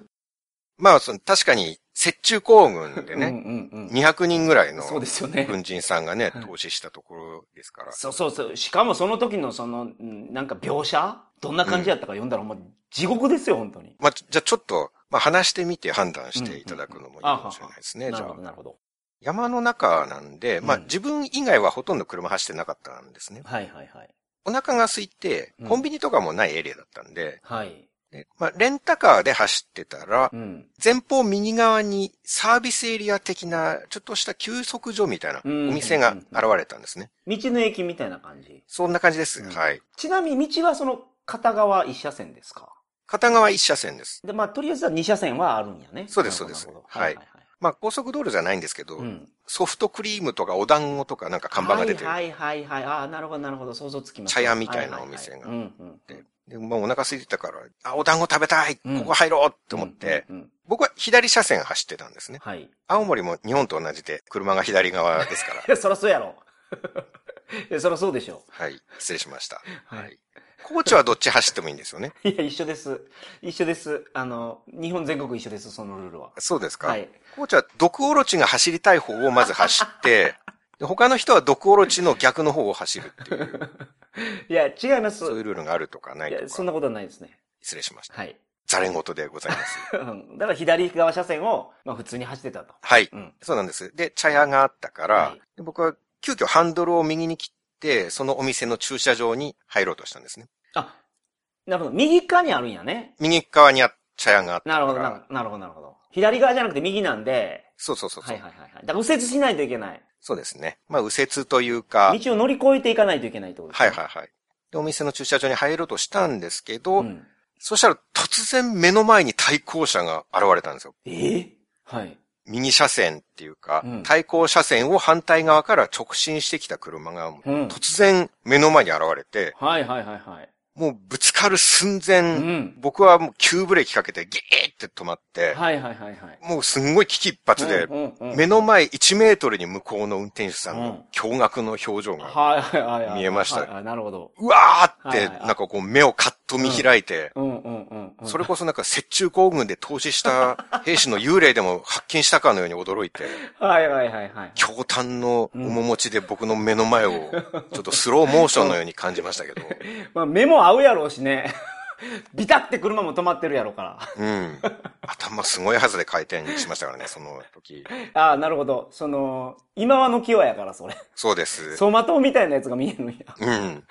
Speaker 2: まあその、確かに、雪中行軍で
Speaker 1: うん
Speaker 2: ね、
Speaker 1: うんうん。
Speaker 2: 200人ぐらいの
Speaker 1: そうですよね。
Speaker 2: 軍人さんがね、
Speaker 1: はい
Speaker 2: 投資したところですから。
Speaker 1: そうそうそう。しかもその時のその、うんなんか描写どんな感じやったか読んだらもう地獄ですよ、本当に。
Speaker 2: まあ、じゃあちょっと、まあ話してみて判断していただくのもいいかもしれないですね。
Speaker 1: な
Speaker 2: じ
Speaker 1: る
Speaker 2: ゃ
Speaker 1: ほ
Speaker 2: あ
Speaker 1: ど、、なるほど。
Speaker 2: 山の中なんで、まあ
Speaker 1: うん
Speaker 2: 自分以外はほとんど車走ってなかったんですね。
Speaker 1: はいはいはい。
Speaker 2: お腹が空いて
Speaker 1: う、ん
Speaker 2: コンビニとかもないエリアだったんで、
Speaker 1: はい。
Speaker 2: でまあレンタカーで走ってたら、
Speaker 1: うん。
Speaker 2: 前方右側にサービスエリア的な、ちょっとした休息所みたいなお
Speaker 1: うん
Speaker 2: 店が現れたんですね。
Speaker 1: 道の駅みたいな感じ。
Speaker 2: そんな感じです。
Speaker 1: うん
Speaker 2: はい。
Speaker 1: ちなみに道はその片側一車線ですか
Speaker 2: 片側一車線です。
Speaker 1: で、まあ、とりあえずは二車線はあるんやね。
Speaker 2: そうです
Speaker 1: なるほど
Speaker 2: そうです
Speaker 1: なるほどはい。
Speaker 2: まあ高速道路じゃないんですけど、
Speaker 1: はいはいうん。
Speaker 2: ソフトクリームとかお団子とかなんか看板が出てる。
Speaker 1: はいはいはいはい。ああ、なるほどなるほど。想像つきます。
Speaker 2: 茶屋みたいなお店が
Speaker 1: はいはいはいうんうん。
Speaker 2: でもうお腹空いてたから、あ、お団子食べたい、
Speaker 1: うん
Speaker 2: ここ入ろうって思って、
Speaker 1: うんうんうん。
Speaker 2: 僕は左車線走ってたんですね。
Speaker 1: はい。
Speaker 2: 青森も日本と同じで車が左側ですから
Speaker 1: い。や、そらそうやろ。 いやそらそうでしょ。
Speaker 2: はい。失礼しました。。
Speaker 1: はい
Speaker 2: 高知はどっち走ってもいいんですよね。
Speaker 1: いや、一緒です。一緒です。あの、日本全国一緒です、そのルールは。
Speaker 2: そうですか。
Speaker 1: はい。
Speaker 2: コーチは毒オロチが走りたい方をまず走 って、で他の人は毒オロチの逆の方を走るっていう、
Speaker 1: いや、違います。
Speaker 2: そういうルールがあるとかないい
Speaker 1: や、
Speaker 2: と
Speaker 1: そんな
Speaker 2: か、
Speaker 1: ことはないですね。
Speaker 2: 失礼しました。
Speaker 1: はい。
Speaker 2: ザレ事でございます。
Speaker 1: うんだから左側車線を、まあ普通に走ってたと。
Speaker 2: はい。
Speaker 1: うん。
Speaker 2: そうなんです。で、茶屋があったから、
Speaker 1: はい
Speaker 2: で僕は急遽ハンドルを右に切って、そのお店の駐車場に入ろうとしたんですね。
Speaker 1: あ、なるほど。右側にあるんやね。
Speaker 2: 右側にあ茶屋があったか
Speaker 1: な
Speaker 2: ら。
Speaker 1: るほど、なるほどなるほど、なるほど。左側じゃなくて右なんで、
Speaker 2: そうそうそうそう、
Speaker 1: はいはいはいはい。だから右折しないといけない。
Speaker 2: そうですね。まあ、右折というか、はい
Speaker 1: 道を乗り越えていかないといけないってことです
Speaker 2: はい
Speaker 1: ね。
Speaker 2: はい。で、お店の駐車場に入ろうとしたんですけど、
Speaker 1: うん。
Speaker 2: そしたら突然目の前に対向車が現れたんですよ。
Speaker 1: ええはい。
Speaker 2: 右車線っていうか、
Speaker 1: うん
Speaker 2: 対向車線を反対側から直進してきた車が、
Speaker 1: うん。
Speaker 2: 突然目の前に現れて、
Speaker 1: はいはいはいはい。
Speaker 2: もうぶつかる寸
Speaker 1: う
Speaker 2: 前、
Speaker 1: ん。
Speaker 2: 僕はもう急ブレーキかけてギーって止まって、
Speaker 1: はいはいはいはい。
Speaker 2: もうすんごい危機一髪で、
Speaker 1: うんうんうん
Speaker 2: 目の前1メートルに向こうの運転手さん
Speaker 1: うん
Speaker 2: の驚愕の表情が、
Speaker 1: はいはいはいはい。
Speaker 2: 見えました
Speaker 1: はいはいなるほど。
Speaker 2: うわーっ
Speaker 1: は
Speaker 2: て、
Speaker 1: いはいはい
Speaker 2: なんかこう目をカッと見開いて、
Speaker 1: うんうんうんうん。
Speaker 2: それこそなんか雪中行軍で投資した兵士の幽霊でも発見したかのように驚いて、
Speaker 1: はいはいはいはい。
Speaker 2: 強端の面持ちで僕の目の前を、ちょっとスローモーションのように感じましたけど。
Speaker 1: まあ目も合うやろうしね。 ビタって車も止まってるやろから。
Speaker 2: うん。頭すごいはずで回転しましたからね、その時。
Speaker 1: ああ、なるほど。その、今はの清やから、それ。
Speaker 2: そうです。
Speaker 1: 走馬灯みたいなやつが見えるんや。
Speaker 2: うん。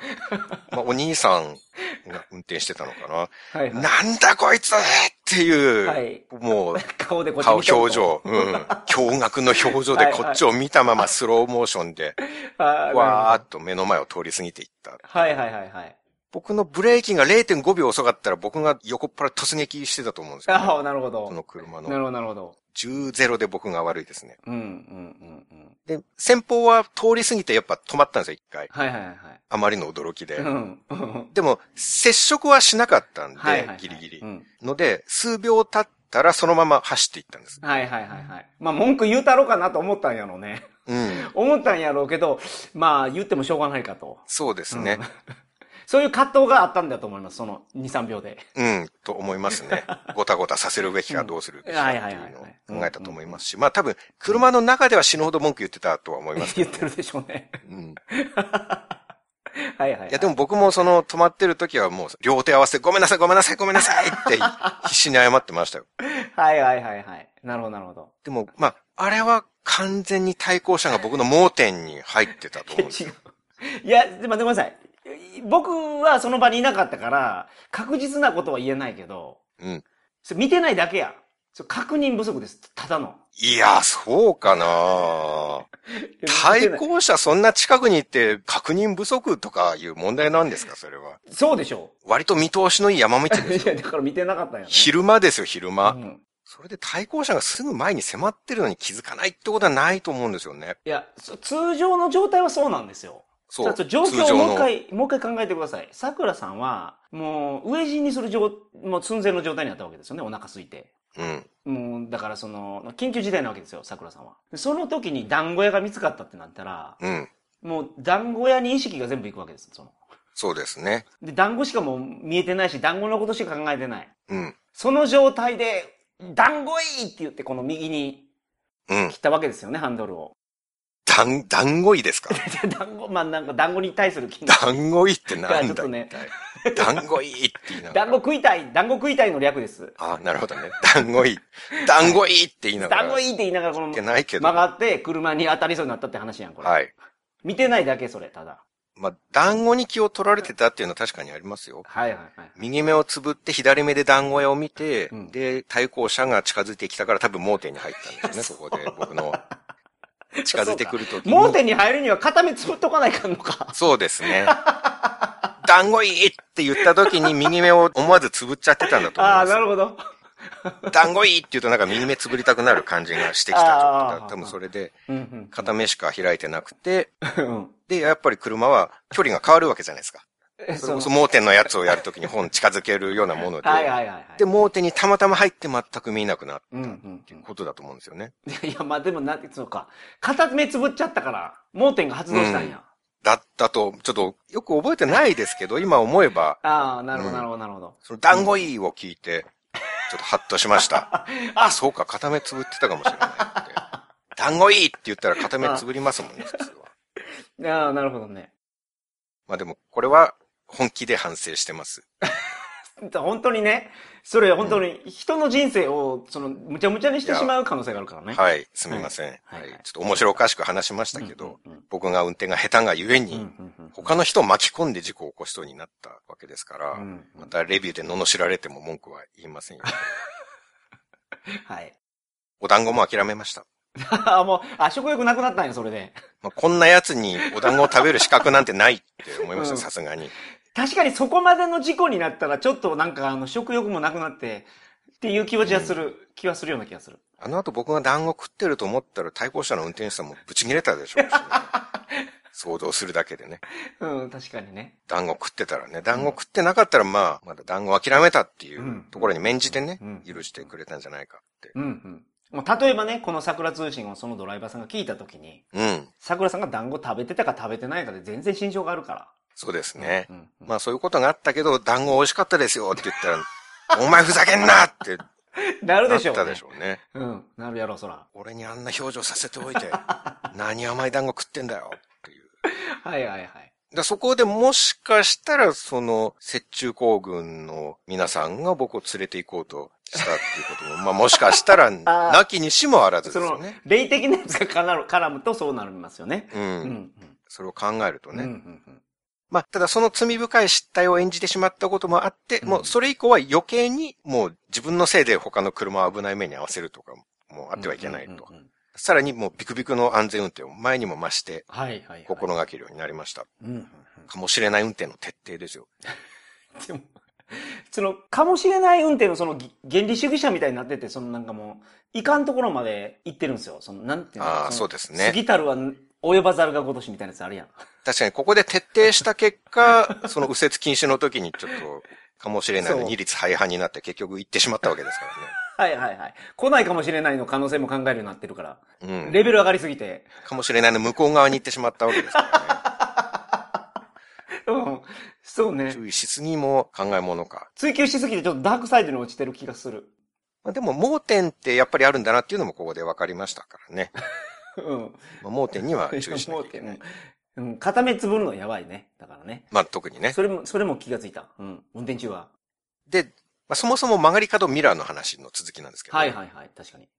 Speaker 2: まあ、お兄さんが運転してたのか
Speaker 1: はい、
Speaker 2: な。
Speaker 1: はい。
Speaker 2: なんだこいつっていう、
Speaker 1: はい
Speaker 2: もう、
Speaker 1: 顔でこっち
Speaker 2: 顔
Speaker 1: 見とる
Speaker 2: 表情、うん。驚愕の表情でこっちを見たままスローモーションで、
Speaker 1: と。はい
Speaker 2: わーっと目の前を通り過ぎていった。
Speaker 1: はいはいはいはい。
Speaker 2: 僕のブレーキが0.5秒遅かったら僕が横っ腹突撃してたと思うんですよ、ね。
Speaker 1: ああ、なるほど。
Speaker 2: この車
Speaker 1: なる
Speaker 2: の
Speaker 1: ほど、なるほど。
Speaker 2: 10-0で僕が悪いですね。
Speaker 1: うん、うん、うん、うん。
Speaker 2: で、先方は通り過ぎてやっぱ止まったんですよ、一回。
Speaker 1: はいはいはいはい。
Speaker 2: あまりの驚きで。
Speaker 1: うん。うん
Speaker 2: でも、接触はしなかったんで、
Speaker 1: はいはいはい。
Speaker 2: ギリギリ
Speaker 1: う。ん
Speaker 2: ので、数秒経ったらそのまま走っていったんです。
Speaker 1: はいはいはいはい。まあ文句言うたろうかなと思ったんやろうね。
Speaker 2: うん。
Speaker 1: 思ったんやろうけど、まあ言ってもしょうがないかと。
Speaker 2: そうですね。
Speaker 1: そういう葛藤があったんだと思います、その2、3秒で。
Speaker 2: うん、と思います ね。ごたごたさせるべきかどうするべきかっていうのを考えたと思いますし、まあ多分、車の中では死ぬほど文句言ってたとは思います け
Speaker 1: 言っ
Speaker 2: ど、
Speaker 1: てるでしょうね。
Speaker 2: うん。
Speaker 1: はいはいはい。
Speaker 2: いや、でも僕もその止まってる時はもう両手合わせてごめんなさい、ごめんなさい、ごめんなさいって必死に謝ってましたよ。
Speaker 1: はいはいはいはい。なるほどなるほど。
Speaker 2: でも、まあ、あれは完全に対向車が僕の盲点に入ってた と
Speaker 1: いや
Speaker 2: 思うんです
Speaker 1: 違う。いや、でも待ってください。僕はその場にいなかったから、確実なことは言えないけど、
Speaker 2: うん。
Speaker 1: それ見てないだけや。それ確認不足です。ただの。
Speaker 2: いや、そうかな対
Speaker 1: 抗
Speaker 2: 向車そんな近くに行って確認不足とかいう問題なんですか、それは。
Speaker 1: そうでしょ
Speaker 2: 割と見通しのいい山道
Speaker 1: う。
Speaker 2: です
Speaker 1: い
Speaker 2: よ。
Speaker 1: や、だから見てなかったんやね。
Speaker 2: 昼間ですよ、昼間。
Speaker 1: うん
Speaker 2: それで対向車がすぐ前に迫ってるのに気づかないってことはないと思うんですよね。
Speaker 1: いや、そ通常の状態はそうなんですよ。
Speaker 2: そ
Speaker 1: た
Speaker 2: う。
Speaker 1: だ状
Speaker 2: 通
Speaker 1: 況を
Speaker 2: 常の
Speaker 1: もう一回、もう一回考えてください。桜さんは、もう、飢え死にする状、もう寸前の状態にあったわけですよね、お腹空いて。
Speaker 2: うん。
Speaker 1: もう、だからその、緊急事態なわけですよ、桜さんは。でその時に団子屋が見つかったってなったら、
Speaker 2: うん。
Speaker 1: もう、団子屋に意識が全部いくわけです、その。
Speaker 2: そうですね。
Speaker 1: で、団子しかもう見えてないし、団子のことしか考えてない。
Speaker 2: うん。
Speaker 1: その状態で、団子いいって言って、この右に
Speaker 2: うん。
Speaker 1: 切ったわけですよね、ハンドルを。
Speaker 2: だん、団子いで すか
Speaker 1: で団子、まあなんか団子に対する気持ち
Speaker 2: 団子いってな
Speaker 1: がちょ
Speaker 2: ん
Speaker 1: っ
Speaker 2: だ
Speaker 1: と
Speaker 2: 一
Speaker 1: ね、
Speaker 2: 体。団子いって言いながら。
Speaker 1: 団子食いたい、団子食いたいの略です。
Speaker 2: あ、なるほどね。団子い。団子いって言いながら。
Speaker 1: 団子いいって言いながらこの
Speaker 2: 言って
Speaker 1: 曲
Speaker 2: ないけど。
Speaker 1: がって車に当たりそうになったって話やん、これ。
Speaker 2: はい。
Speaker 1: 見てないだけ、それ、ただ。
Speaker 2: まあ、団子に気を取られてたっていうのは確かにありますよ。
Speaker 1: はいはいはい。
Speaker 2: 右目をつぶって左目で団子屋を見て、
Speaker 1: うん
Speaker 2: で、対向車が近づいてきたから多分盲点に入ったんですよね、そこで 僕の。近づいてくるときに。
Speaker 1: 盲点に入るには片目つぶっとかないかんのか。
Speaker 2: そうですね。団子いいって言ったときに右目を思わずつぶっちゃってたんだと思い
Speaker 1: ああ、
Speaker 2: ま
Speaker 1: な
Speaker 2: す。
Speaker 1: るほど。
Speaker 2: 団子いいって言うとなんか右目つぶりたくなる感じがしてきた
Speaker 1: あー
Speaker 2: ちょっと多分それで、
Speaker 1: うん
Speaker 2: 片目しか開いてなくて、
Speaker 1: うんうん。
Speaker 2: で、やっぱり車は距離が変わるわけじゃないですか。
Speaker 1: え
Speaker 2: それ
Speaker 1: そ
Speaker 2: こ
Speaker 1: の
Speaker 2: そ盲点のやつをやるときに本近づけるようなもので。
Speaker 1: はいはいはいはい。
Speaker 2: で、盲点にたまたま入って全く見えなくなっ
Speaker 1: うんうん
Speaker 2: ていうことだと思うんですよね。
Speaker 1: うん。いや、まあでも、なんて、そうか。片目つぶっちゃったから、盲点が発動したんや。
Speaker 2: うだったと、ちょっとよく覚えてないですけど、今思えば、
Speaker 1: ああ、なるほ
Speaker 2: うん
Speaker 1: ど、なるほど、なるほど。
Speaker 2: その団子いいを聞いて、ちょっとハッとし ました。あ、そうか、片目つぶってたかもしれないって。団子いいって言ったら片目つぶりますもんね、普通は。
Speaker 1: ああ、なるほどね。
Speaker 2: まあでも、これは本気で反省してます。
Speaker 1: 本当にね、それ本当に人の人生を、その、むちゃむちゃにしてしまう可能性があるからね。
Speaker 2: はい、すみません。は
Speaker 1: はいい、
Speaker 2: ちょっと面白おかしく話しましたけど、
Speaker 1: うんうんうん
Speaker 2: 僕が運転が下手がゆえに、
Speaker 1: うんうんうん
Speaker 2: 他の人を巻き込んで事故を起こしそうになったわけですから、
Speaker 1: うんうん
Speaker 2: またレビューで罵られても文句は言いませんよ。
Speaker 1: はい。
Speaker 2: お団子も諦めました。
Speaker 1: あ、 もう、あ、食欲なくなったんや、それで。
Speaker 2: まあ、こんな奴にお団子を食べる資格なんてないって思いまし
Speaker 1: う
Speaker 2: た、
Speaker 1: ん
Speaker 2: さすがに。
Speaker 1: 確かにそこまでの事故になったら、ちょっとなんか、あの、食欲もなくなって、っていう気持ちはする、気はするような気がする。
Speaker 2: あの後僕が団子食ってると思ったら対向車の運転手さんもブチ切れたでしょうしね、 想像するだけでね。
Speaker 1: うん、確かにね。
Speaker 2: 団子食ってたらね、団子食ってなかったらまあ、まだ団子諦めたっていううんところに免じてね
Speaker 1: う、ん
Speaker 2: 許してくれたんじゃないかって。
Speaker 1: うん、うん。もう例えばね、この桜通信をそのドライバーさんが聞いたときに、
Speaker 2: うん、
Speaker 1: 桜さんが団子食べてたか食べてないかで全然心情があるから。
Speaker 2: そうですね
Speaker 1: う。んうん
Speaker 2: まあそういうことがあったけど、団子美味しかったですよって言った ら、お前ふざけんなって
Speaker 1: なる
Speaker 2: な
Speaker 1: で
Speaker 2: っ
Speaker 1: しょう、ね。
Speaker 2: たでしょうね。
Speaker 1: うん、なるやろ、そら。
Speaker 2: 俺にあんな表情させておいて、 何甘い団子食ってんだよっていう。
Speaker 1: はいはいはい。
Speaker 2: だそこでもしかしたら、その、雪中行軍の皆さんが僕を連れて行こうとしたっていうことも、まあもしかしたら、
Speaker 1: ー
Speaker 2: なきにしもあらずで
Speaker 1: そ
Speaker 2: すよ
Speaker 1: の
Speaker 2: ね。、
Speaker 1: 霊的なやつが絡む絡むとそうなりますよね。
Speaker 2: うん
Speaker 1: う。ん。
Speaker 2: それを考えると
Speaker 1: うん。
Speaker 2: ね。
Speaker 1: うんうんうん
Speaker 2: まあ、ただその罪深い失態を演じてしまったこともあって、
Speaker 1: うん
Speaker 2: もうそれ以降は余計に、もう自分のせいで他の車を危ない目に遭わせるとかも、もうあってはいけないと。
Speaker 1: うんうんうんうん
Speaker 2: さらにもうビクビクの安全運転を前にも増して、
Speaker 1: はいはいはい。
Speaker 2: 心がけるようになりました。
Speaker 1: うんうんうん。
Speaker 2: かもしれない運転の徹底ですよ。
Speaker 1: でも、その、かもしれない運転のそのぎ原理主義者みたいになってて、そのなんかもう、いかんところまで行ってるんですよ。その、なんていうの
Speaker 2: ああ、
Speaker 1: の
Speaker 2: そうですね
Speaker 1: 過。ぎたるは及ばざるが如しみたいなやつあ るやん。
Speaker 2: 確かにここで徹底した結 果、その右折禁止の時にちょっと、かもしれないの
Speaker 1: そう
Speaker 2: 二律廃反になって結局行ってしまったわけですか
Speaker 1: はいはいはい。来ないかもしれないの可能性も考えるようになってるから。
Speaker 2: らね。うん。
Speaker 1: レベル上がりすぎて。
Speaker 2: かもしれないの向こう側に行ってしまったわけですから
Speaker 1: うん。そう
Speaker 2: ね。
Speaker 1: ね。
Speaker 2: 注意しすぎも考えものか。
Speaker 1: 追求しすぎてちょっとダークサイドに落ちてる気がする。
Speaker 2: まあ、でも盲点ってやっぱりあるんだなっていうのもここで分かりましたからね。
Speaker 1: うん。
Speaker 2: まあ、盲点には注意しなき ゃいけない。
Speaker 1: うん、片目つぶるのやばいね。だからね。
Speaker 2: まあ特にね。
Speaker 1: それも、それも気がついた。うん。運転中は。
Speaker 2: で、まあ、そもそも曲がり角ミラーの話の続きなんですけど、
Speaker 1: はいはいはい。確かに。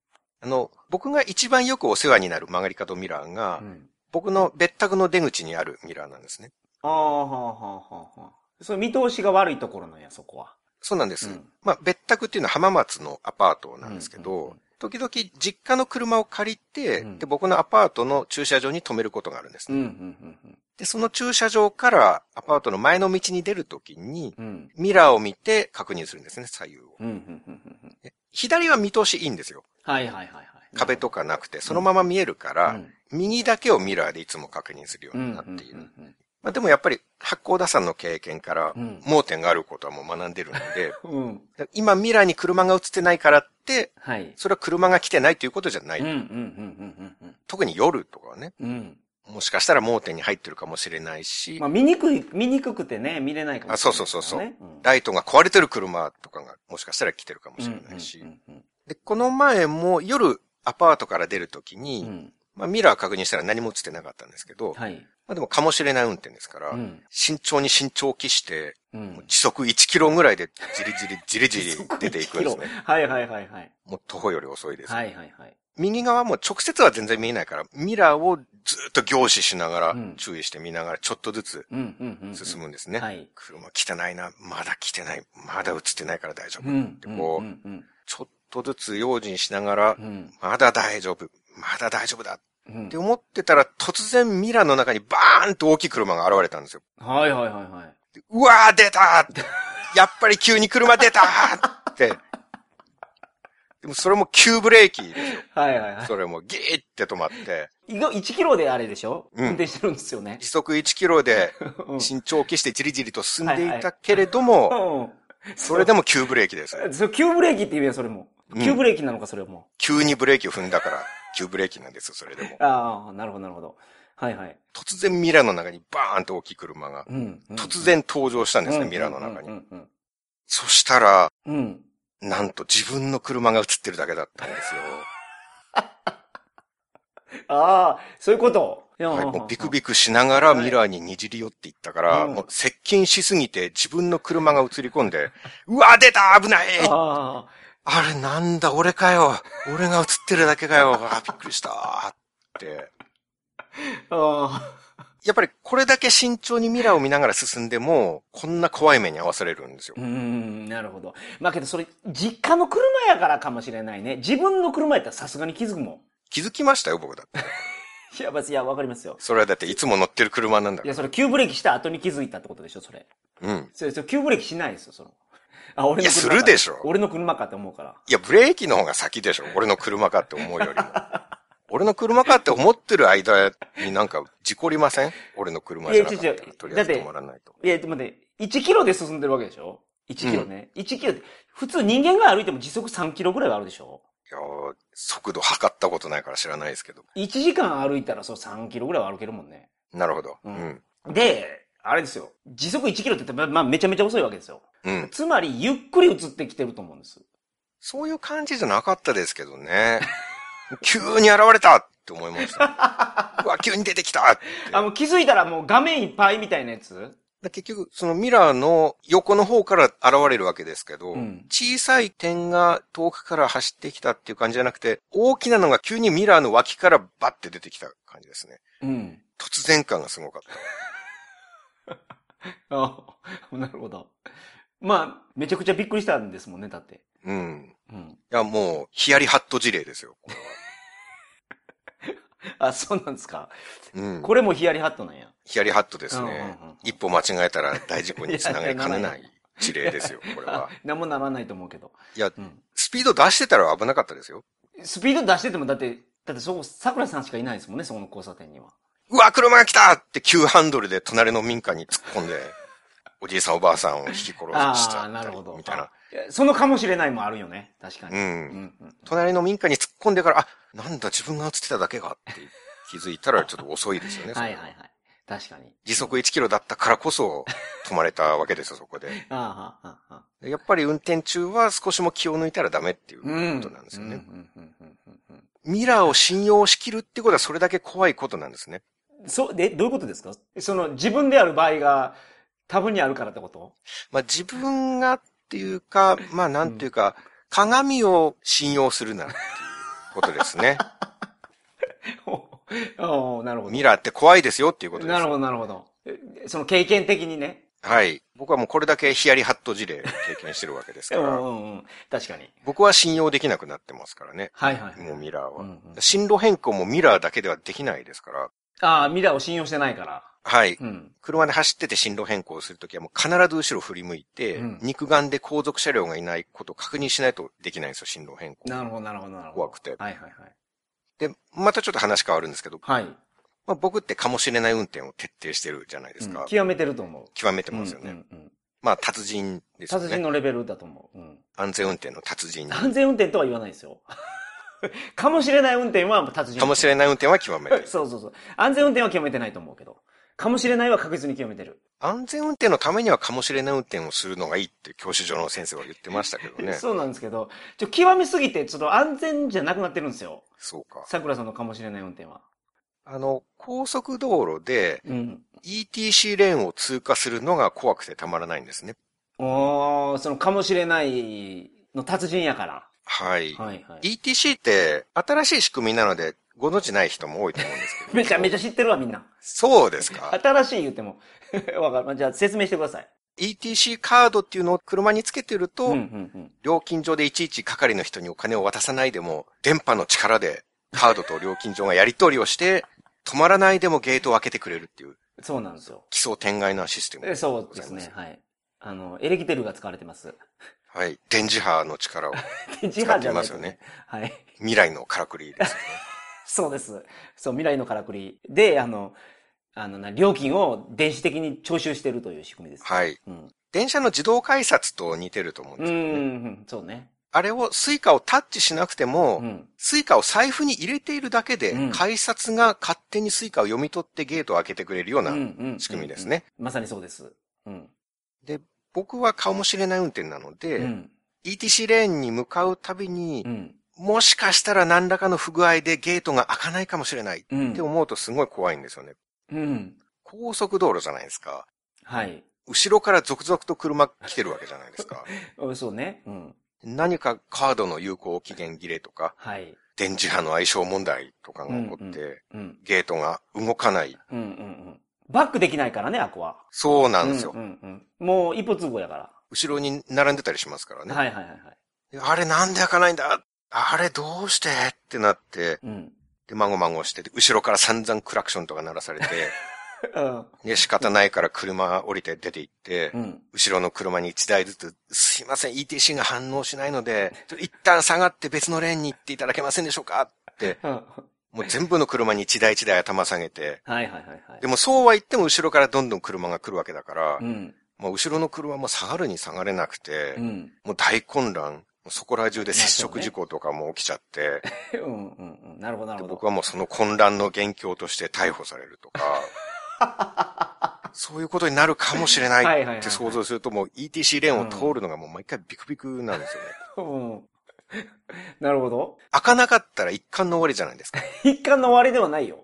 Speaker 2: あの、僕が一番よくお世話になる曲がり角ミラーが、
Speaker 1: うん。
Speaker 2: 僕の別宅の出口にあるミラーなんですね。
Speaker 1: ああ、はあはあはあはあ。それ見通しが悪いところなんや、そこは。
Speaker 2: そうなんです。
Speaker 1: うん
Speaker 2: まあ、別宅っていうのは浜松のアパートなんですけど、
Speaker 1: うんうんうん
Speaker 2: 時々実家の車を借りて、
Speaker 1: うん
Speaker 2: で、僕のアパートの駐車場に停めることがあるんです、
Speaker 1: うん、うん、
Speaker 2: で、その駐車場からアパートの前の道に出るときに、
Speaker 1: うん、うん。
Speaker 2: ミラーを見て確認するんですね、左右を。
Speaker 1: うん、うん、うん、うん。
Speaker 2: で左は見通しいいんですよ。
Speaker 1: はいはいはいはい。
Speaker 2: 壁とかなくて、そのまま見えるから、右だけをミラーでいつも確認するようになっている。
Speaker 1: うん
Speaker 2: まあでもやっぱり、八甲田山の経験から
Speaker 1: うん、
Speaker 2: 盲点があることはもう学んでるので、
Speaker 1: うんうんうん。うん。
Speaker 2: 今ミラーに車が映ってないからって、
Speaker 1: はい。
Speaker 2: それは車が来てないということじゃない。
Speaker 1: うんうんうんうん
Speaker 2: 特に夜とかはね、
Speaker 1: うんうん。うん。
Speaker 2: もしかしたら盲点に入ってるかもしれないし、
Speaker 1: まあ見にくい、見にくくてね、見れないかもしれない、ね。
Speaker 2: あそうそうそうそうんライトが壊れてる車とかがもしかしたら来てるかもしれないし。
Speaker 1: うんうん
Speaker 2: で、この前も夜アパートから出るとき
Speaker 1: う
Speaker 2: に、
Speaker 1: んうん
Speaker 2: まあミラー確認したら何も映ってなかったんですけど、ま
Speaker 1: はい。
Speaker 2: あでもかもしれない運転ですから、
Speaker 1: うん。
Speaker 2: 慎重に慎重を期して、
Speaker 1: うん
Speaker 2: もう時速1キロぐらいでじりじりじりじり出ていくんですね。
Speaker 1: はいはいはいはい。
Speaker 2: もう徒歩より遅いです。
Speaker 1: はいはいはい。
Speaker 2: 右側も直接は全然見えないから、ミラーをずっと凝視しながら、
Speaker 1: うん
Speaker 2: 注意して見ながら、ちょっとずつ
Speaker 1: うんうんうんうん。
Speaker 2: 進むんですね。
Speaker 1: はい。
Speaker 2: 車汚いな、まだ来てない、まだ映ってないから大丈夫。
Speaker 1: うん。
Speaker 2: でこう
Speaker 1: うんうん
Speaker 2: ちょっとずつ用心しながら、
Speaker 1: うん。うん
Speaker 2: まだ大丈夫、まだ大丈夫だ
Speaker 1: うん
Speaker 2: って思ってたら、突然ミラーの中にバーンと大きい車が現れたんですよ。
Speaker 1: はいはいはいはい。
Speaker 2: でうわー出たーやっぱり急に車出たーって。でもそれも急ブレーキですよ。
Speaker 1: はいはいは
Speaker 2: それもギーって止まって、
Speaker 1: い。意外1キロであれでしょ
Speaker 2: うん
Speaker 1: 運転してるんですよね。
Speaker 2: 時速1キロで
Speaker 1: うん
Speaker 2: 慎重を期してじりじりと進んでいたけれども、
Speaker 1: うん。
Speaker 2: それでも急ブレーキです。
Speaker 1: それ急ブレーキって言うやん、それも。
Speaker 2: うん
Speaker 1: 急ブレーキなのか、それも。
Speaker 2: 急にブレーキを踏んだから、急ブレーキなんですよ、それでも。
Speaker 1: ああ、なるほどなるほど。はいはい。
Speaker 2: 突然ミラーの中にバーンと大きい車が、
Speaker 1: うん。うん
Speaker 2: 突然登場したんですね、ミラーの中
Speaker 1: う
Speaker 2: に。
Speaker 1: んうん
Speaker 2: そしたら、
Speaker 1: うんうん。
Speaker 2: なんと自分の車が映ってるだけだったんですよ。
Speaker 1: ああ、そういうこと。いや
Speaker 2: はい、
Speaker 1: うん
Speaker 2: も
Speaker 1: うん
Speaker 2: うビクビクしながらミラーににじり寄っていったから、
Speaker 1: うん
Speaker 2: もう接近しすぎて自分の車が映り込んで、うわ、出た危ない
Speaker 1: あ
Speaker 2: あれなんだ、俺かよ俺が映ってるだけかよあびっくりしたって。
Speaker 1: あ、あ
Speaker 2: やっぱりこれだけ慎重にミラーを見ながら進んでも、こんな怖い目に遭わされるんですよ
Speaker 1: あ、う。ん、なるほど。まあけどそれ、実家の車やからかもしれないね。自分の車やったらさすがに気づくもん。
Speaker 2: 気づきましたよ、僕だって。
Speaker 1: いや、別に、いや、わかりますよ。
Speaker 2: それはだっていつも乗ってる車なんだ
Speaker 1: い
Speaker 2: か
Speaker 1: や、それ急ブレーキした後に気づいたってことでしょ、それ。
Speaker 2: ら。うん。
Speaker 1: それ、それ急ブレーキしないですよ、その。あ、俺
Speaker 2: いやするでしょ
Speaker 1: 俺の車かって思うから。
Speaker 2: いや、ブレーキの方が先でしょ。俺の車かって思うよりも。俺の車かって思ってる間になんか事故りません俺の車じゃなかった
Speaker 1: い
Speaker 2: ら
Speaker 1: や違う違う
Speaker 2: とりあえず
Speaker 1: だって
Speaker 2: 止まらないと。
Speaker 1: いや、でもね、1キロで進んでるわけでしょ ?1 キロね。1キロって、普通人間が歩いても時速3キロぐらいはあるでしょ
Speaker 2: いやー速度測ったことないから知らないですけど。
Speaker 1: ?1 時間歩いたらそう3キロぐらいは歩けるもんね。
Speaker 2: なるほど。う
Speaker 1: うん
Speaker 2: ん。
Speaker 1: で、あれですよ。時速1キロって言っても、まあ、めちゃめちゃ遅いわけですよ。
Speaker 2: うん。
Speaker 1: つまり、ゆっくり移ってきてると思うんです。
Speaker 2: そういう感じじゃなかったですけどね。 急に現れたって思いました。うわ、急に出てきた
Speaker 1: あの、気づいたらもう画面いっぱいみたいなやつ
Speaker 2: で結局、そのミラーの横の方から現れるわけですけど、
Speaker 1: うん
Speaker 2: 小さい点が遠くから走ってきたっていう感じじゃなくて、大きなのが急にミラーの脇からバッて出てきた感じですね。
Speaker 1: うん。
Speaker 2: 突然感がすごかった。
Speaker 1: あ あ、なるほど。まあ、めちゃくちゃびっくりしたんですもんね、だって。
Speaker 2: うん。
Speaker 1: うん。
Speaker 2: いや、もう、ヒヤリハット事例で すよ。こ
Speaker 1: あ、そうなんですか。
Speaker 2: れはうん。
Speaker 1: これもヒヤリハットなんや。
Speaker 2: ヒヤリハットですね。
Speaker 1: うんうんうん
Speaker 2: 一歩間違えたら大事故につながりかねない事例 ですよ、これは。
Speaker 1: 何もならないと思うけど。
Speaker 2: いや
Speaker 1: う、ん。
Speaker 2: スピード出してたら危なかったですよ。
Speaker 1: スピード出してても、だって、だってそこ、桜さんしかいないですもんね、そこの交差点には。
Speaker 2: うわ、車が来たって急ハンドルで隣の民家に突っ込んで、おじいさんおばあさんを引き殺した
Speaker 1: あーなるほど
Speaker 2: みたいな。
Speaker 1: いやそのかもしれないもあるよね、確か
Speaker 2: う。
Speaker 1: に。うんん。うん
Speaker 2: 隣の民家に突っ込んでから、あ、なんだ、自分が映ってただけかって気づい たらちょっと遅いですよね。
Speaker 1: はいはいは
Speaker 2: そ
Speaker 1: い
Speaker 2: れ。
Speaker 1: 確かに。
Speaker 2: 時速1キロだったからこそ止まれたわけですよ、そこで。
Speaker 1: ああ、ああ、ああ。
Speaker 2: でやっぱり運転中は少しも気を抜いたらダメっていうこ
Speaker 1: うん。
Speaker 2: となんですよ
Speaker 1: う
Speaker 2: ね。
Speaker 1: んうんうんうんうん
Speaker 2: ミラーを信用しきるってことはそれだけ怖いことなんですね。
Speaker 1: うんそう、で、どういうことですかその、自分である場合が、多分にあるからってこと
Speaker 2: まあ自分がっていうか、まあなんていうか、鏡を信用するなっていうことです ね。
Speaker 1: おおなるほど。
Speaker 2: ミラーって怖いですよっていうことです。
Speaker 1: なるほど、なるほど。えその経験的にね。
Speaker 2: はい。僕はもうこれだけヒヤリハット事例を経験してるわけで す
Speaker 1: う
Speaker 2: か
Speaker 1: ん
Speaker 2: ら
Speaker 1: う、んうん。確かに。
Speaker 2: 僕は信用できなくなってますからね。
Speaker 1: はいはい。
Speaker 2: もうミラーは。
Speaker 1: うんうん
Speaker 2: 進路変更もミラーだけではできないですから、
Speaker 1: ああ、ミラーを信用してないから。
Speaker 2: はい。
Speaker 1: うん。
Speaker 2: 車で走ってて進路変更するときはもう必ず後ろ振り向いて、
Speaker 1: うん
Speaker 2: 肉眼で後続車両がいないことを確認しないとできないんですよ、進路変更。
Speaker 1: なるほど、なるほど、なるほど。
Speaker 2: 怖くて。
Speaker 1: はいはいはい。
Speaker 2: で、またちょっと話変わるんですけど、
Speaker 1: はい。
Speaker 2: まあ、僕ってかもしれない運転を徹底してるじゃないですか。
Speaker 1: うん極めてると思う。
Speaker 2: 極めてますよね。
Speaker 1: うんうんうん
Speaker 2: まあ、達人ですよ
Speaker 1: 達人
Speaker 2: ね。
Speaker 1: のレベルだと思う。うん。
Speaker 2: 安全運転の達人。
Speaker 1: 安全運転とは言わないですよ。 かもしれない運転は達人。
Speaker 2: かもしれない運転は極めて る。
Speaker 1: そうそうそう。安全運転は極めてないと思うけど。かもしれないは確実に極めてる。
Speaker 2: 安全運転のためにはかもしれない運転をするのがいいって教習所の先生は言ってましたけどね。
Speaker 1: そうなんですけど、ちょ、極めすぎて、ちょっと安全じゃなくなってるんですよ。
Speaker 2: そうか。
Speaker 1: 桜さんのかもしれない運転は。
Speaker 2: あの、高速道路で
Speaker 1: うん。
Speaker 2: ETC レーンを通過するのが怖くてたまらないんですね。
Speaker 1: おー、そのかもしれないの達人やから。
Speaker 2: はい。
Speaker 1: はいはい。
Speaker 2: ETC って新しい仕組みなのでご存知ない人も多いと思う んですけど。
Speaker 1: めちゃめちゃ知ってるわ、みんな。
Speaker 2: そうですか。
Speaker 1: 新しい言っても。 わかるまあ。じゃあ説明してください。
Speaker 2: ETC カードっていうのを車につけてると、
Speaker 1: うんうんうん。
Speaker 2: 料金所でいちいち係の人にお金を渡さないでも、電波の力でカードと料金所がやり取りをして、止まらないでもゲートを開けてくれるっていう
Speaker 1: そうなんですよ。
Speaker 2: 奇想天外なシステム
Speaker 1: え。そうですね。はい。あの、エレキテルが使われてます。
Speaker 2: はい。電磁波の 力を。
Speaker 1: 自
Speaker 2: 使
Speaker 1: 波
Speaker 2: って
Speaker 1: じゃ
Speaker 2: ま
Speaker 1: ない
Speaker 2: す
Speaker 1: と
Speaker 2: よね。
Speaker 1: はい。
Speaker 2: 未来のからくりですよね。
Speaker 1: そうです。そう、未来のからくり。で、あの、あのな、料金を電子的に徴収してるという仕組みです。
Speaker 2: はい。
Speaker 1: うん。
Speaker 2: 電車の自動改札と似てると思うん
Speaker 1: う
Speaker 2: ですけどね、
Speaker 1: ん、うん、そうね。
Speaker 2: あれをスイカをタッチしなくても、
Speaker 1: うん。
Speaker 2: スイカを財布に入れているだけで、
Speaker 1: うん
Speaker 2: 改札が勝手にスイカを読み取ってゲートを開けてくれるよう
Speaker 1: う
Speaker 2: な、
Speaker 1: んうん
Speaker 2: 仕組みですね。
Speaker 1: うんまさにそうです。うん。
Speaker 2: 僕は顔も知れない運転なので、
Speaker 1: うん。
Speaker 2: ETC レーンに向かうたびに
Speaker 1: う、ん。
Speaker 2: もしかしたら何らかの不具合でゲートが開かないかもしれないっ
Speaker 1: うん
Speaker 2: て。思うとすごい怖いんですよね。
Speaker 1: うん。
Speaker 2: 高速道路じゃないですか。
Speaker 1: はい。
Speaker 2: 後ろから続々と車来てるわけじゃないですか。
Speaker 1: うんそうね。うん。
Speaker 2: 何かカードの有効期限切れとか、
Speaker 1: はい。
Speaker 2: 電磁波の相性問題とかが起こって、
Speaker 1: んうん。
Speaker 2: ゲートが動かない。
Speaker 1: うんうんうん。バックできないからね、アコは。
Speaker 2: そうなんですよ。
Speaker 1: うんうんうん。もう一歩通行やから。
Speaker 2: 後ろに並んでたりしますからね。
Speaker 1: はいはいはいはい。
Speaker 2: であれなんで開かないんだあれどうしてってなって、
Speaker 1: うん。
Speaker 2: で、まごまごしてて、後ろから散々クラクションとか鳴 らされて、
Speaker 1: うん。
Speaker 2: で、仕方ないから車降りて出て行って、
Speaker 1: うん。
Speaker 2: 後ろの車に1台ずつ、すいません、ETC が反応しないので、ちょっと一旦下がって別のレーンに行っていただけませんでしょうかって、
Speaker 1: うんはい
Speaker 2: もう全部の車に1台1台頭下げて、
Speaker 1: はいはいはい。
Speaker 2: でもそうは言っても後ろからどんどん車が来るわけだから、
Speaker 1: うん。
Speaker 2: もう後ろの車も下がるに下がれなくて、
Speaker 1: うん。
Speaker 2: もう大混乱、もうそこら中で接触事故とかも起きちゃって、
Speaker 1: うんうんうん。なるほどなる
Speaker 2: で
Speaker 1: ほど。
Speaker 2: 僕はもうその混乱の元凶として逮捕されるとか、 そういうことになるかもしれ
Speaker 1: は
Speaker 2: ないい
Speaker 1: はいはいは
Speaker 2: っ
Speaker 1: い
Speaker 2: て想像するともう ETC レーンを通るのがもう毎回ビクビクなんですよね。
Speaker 1: うん。なるほど。
Speaker 2: 開かなかったら一貫の終わりじゃないですか。
Speaker 1: 一貫の終わりではないよ。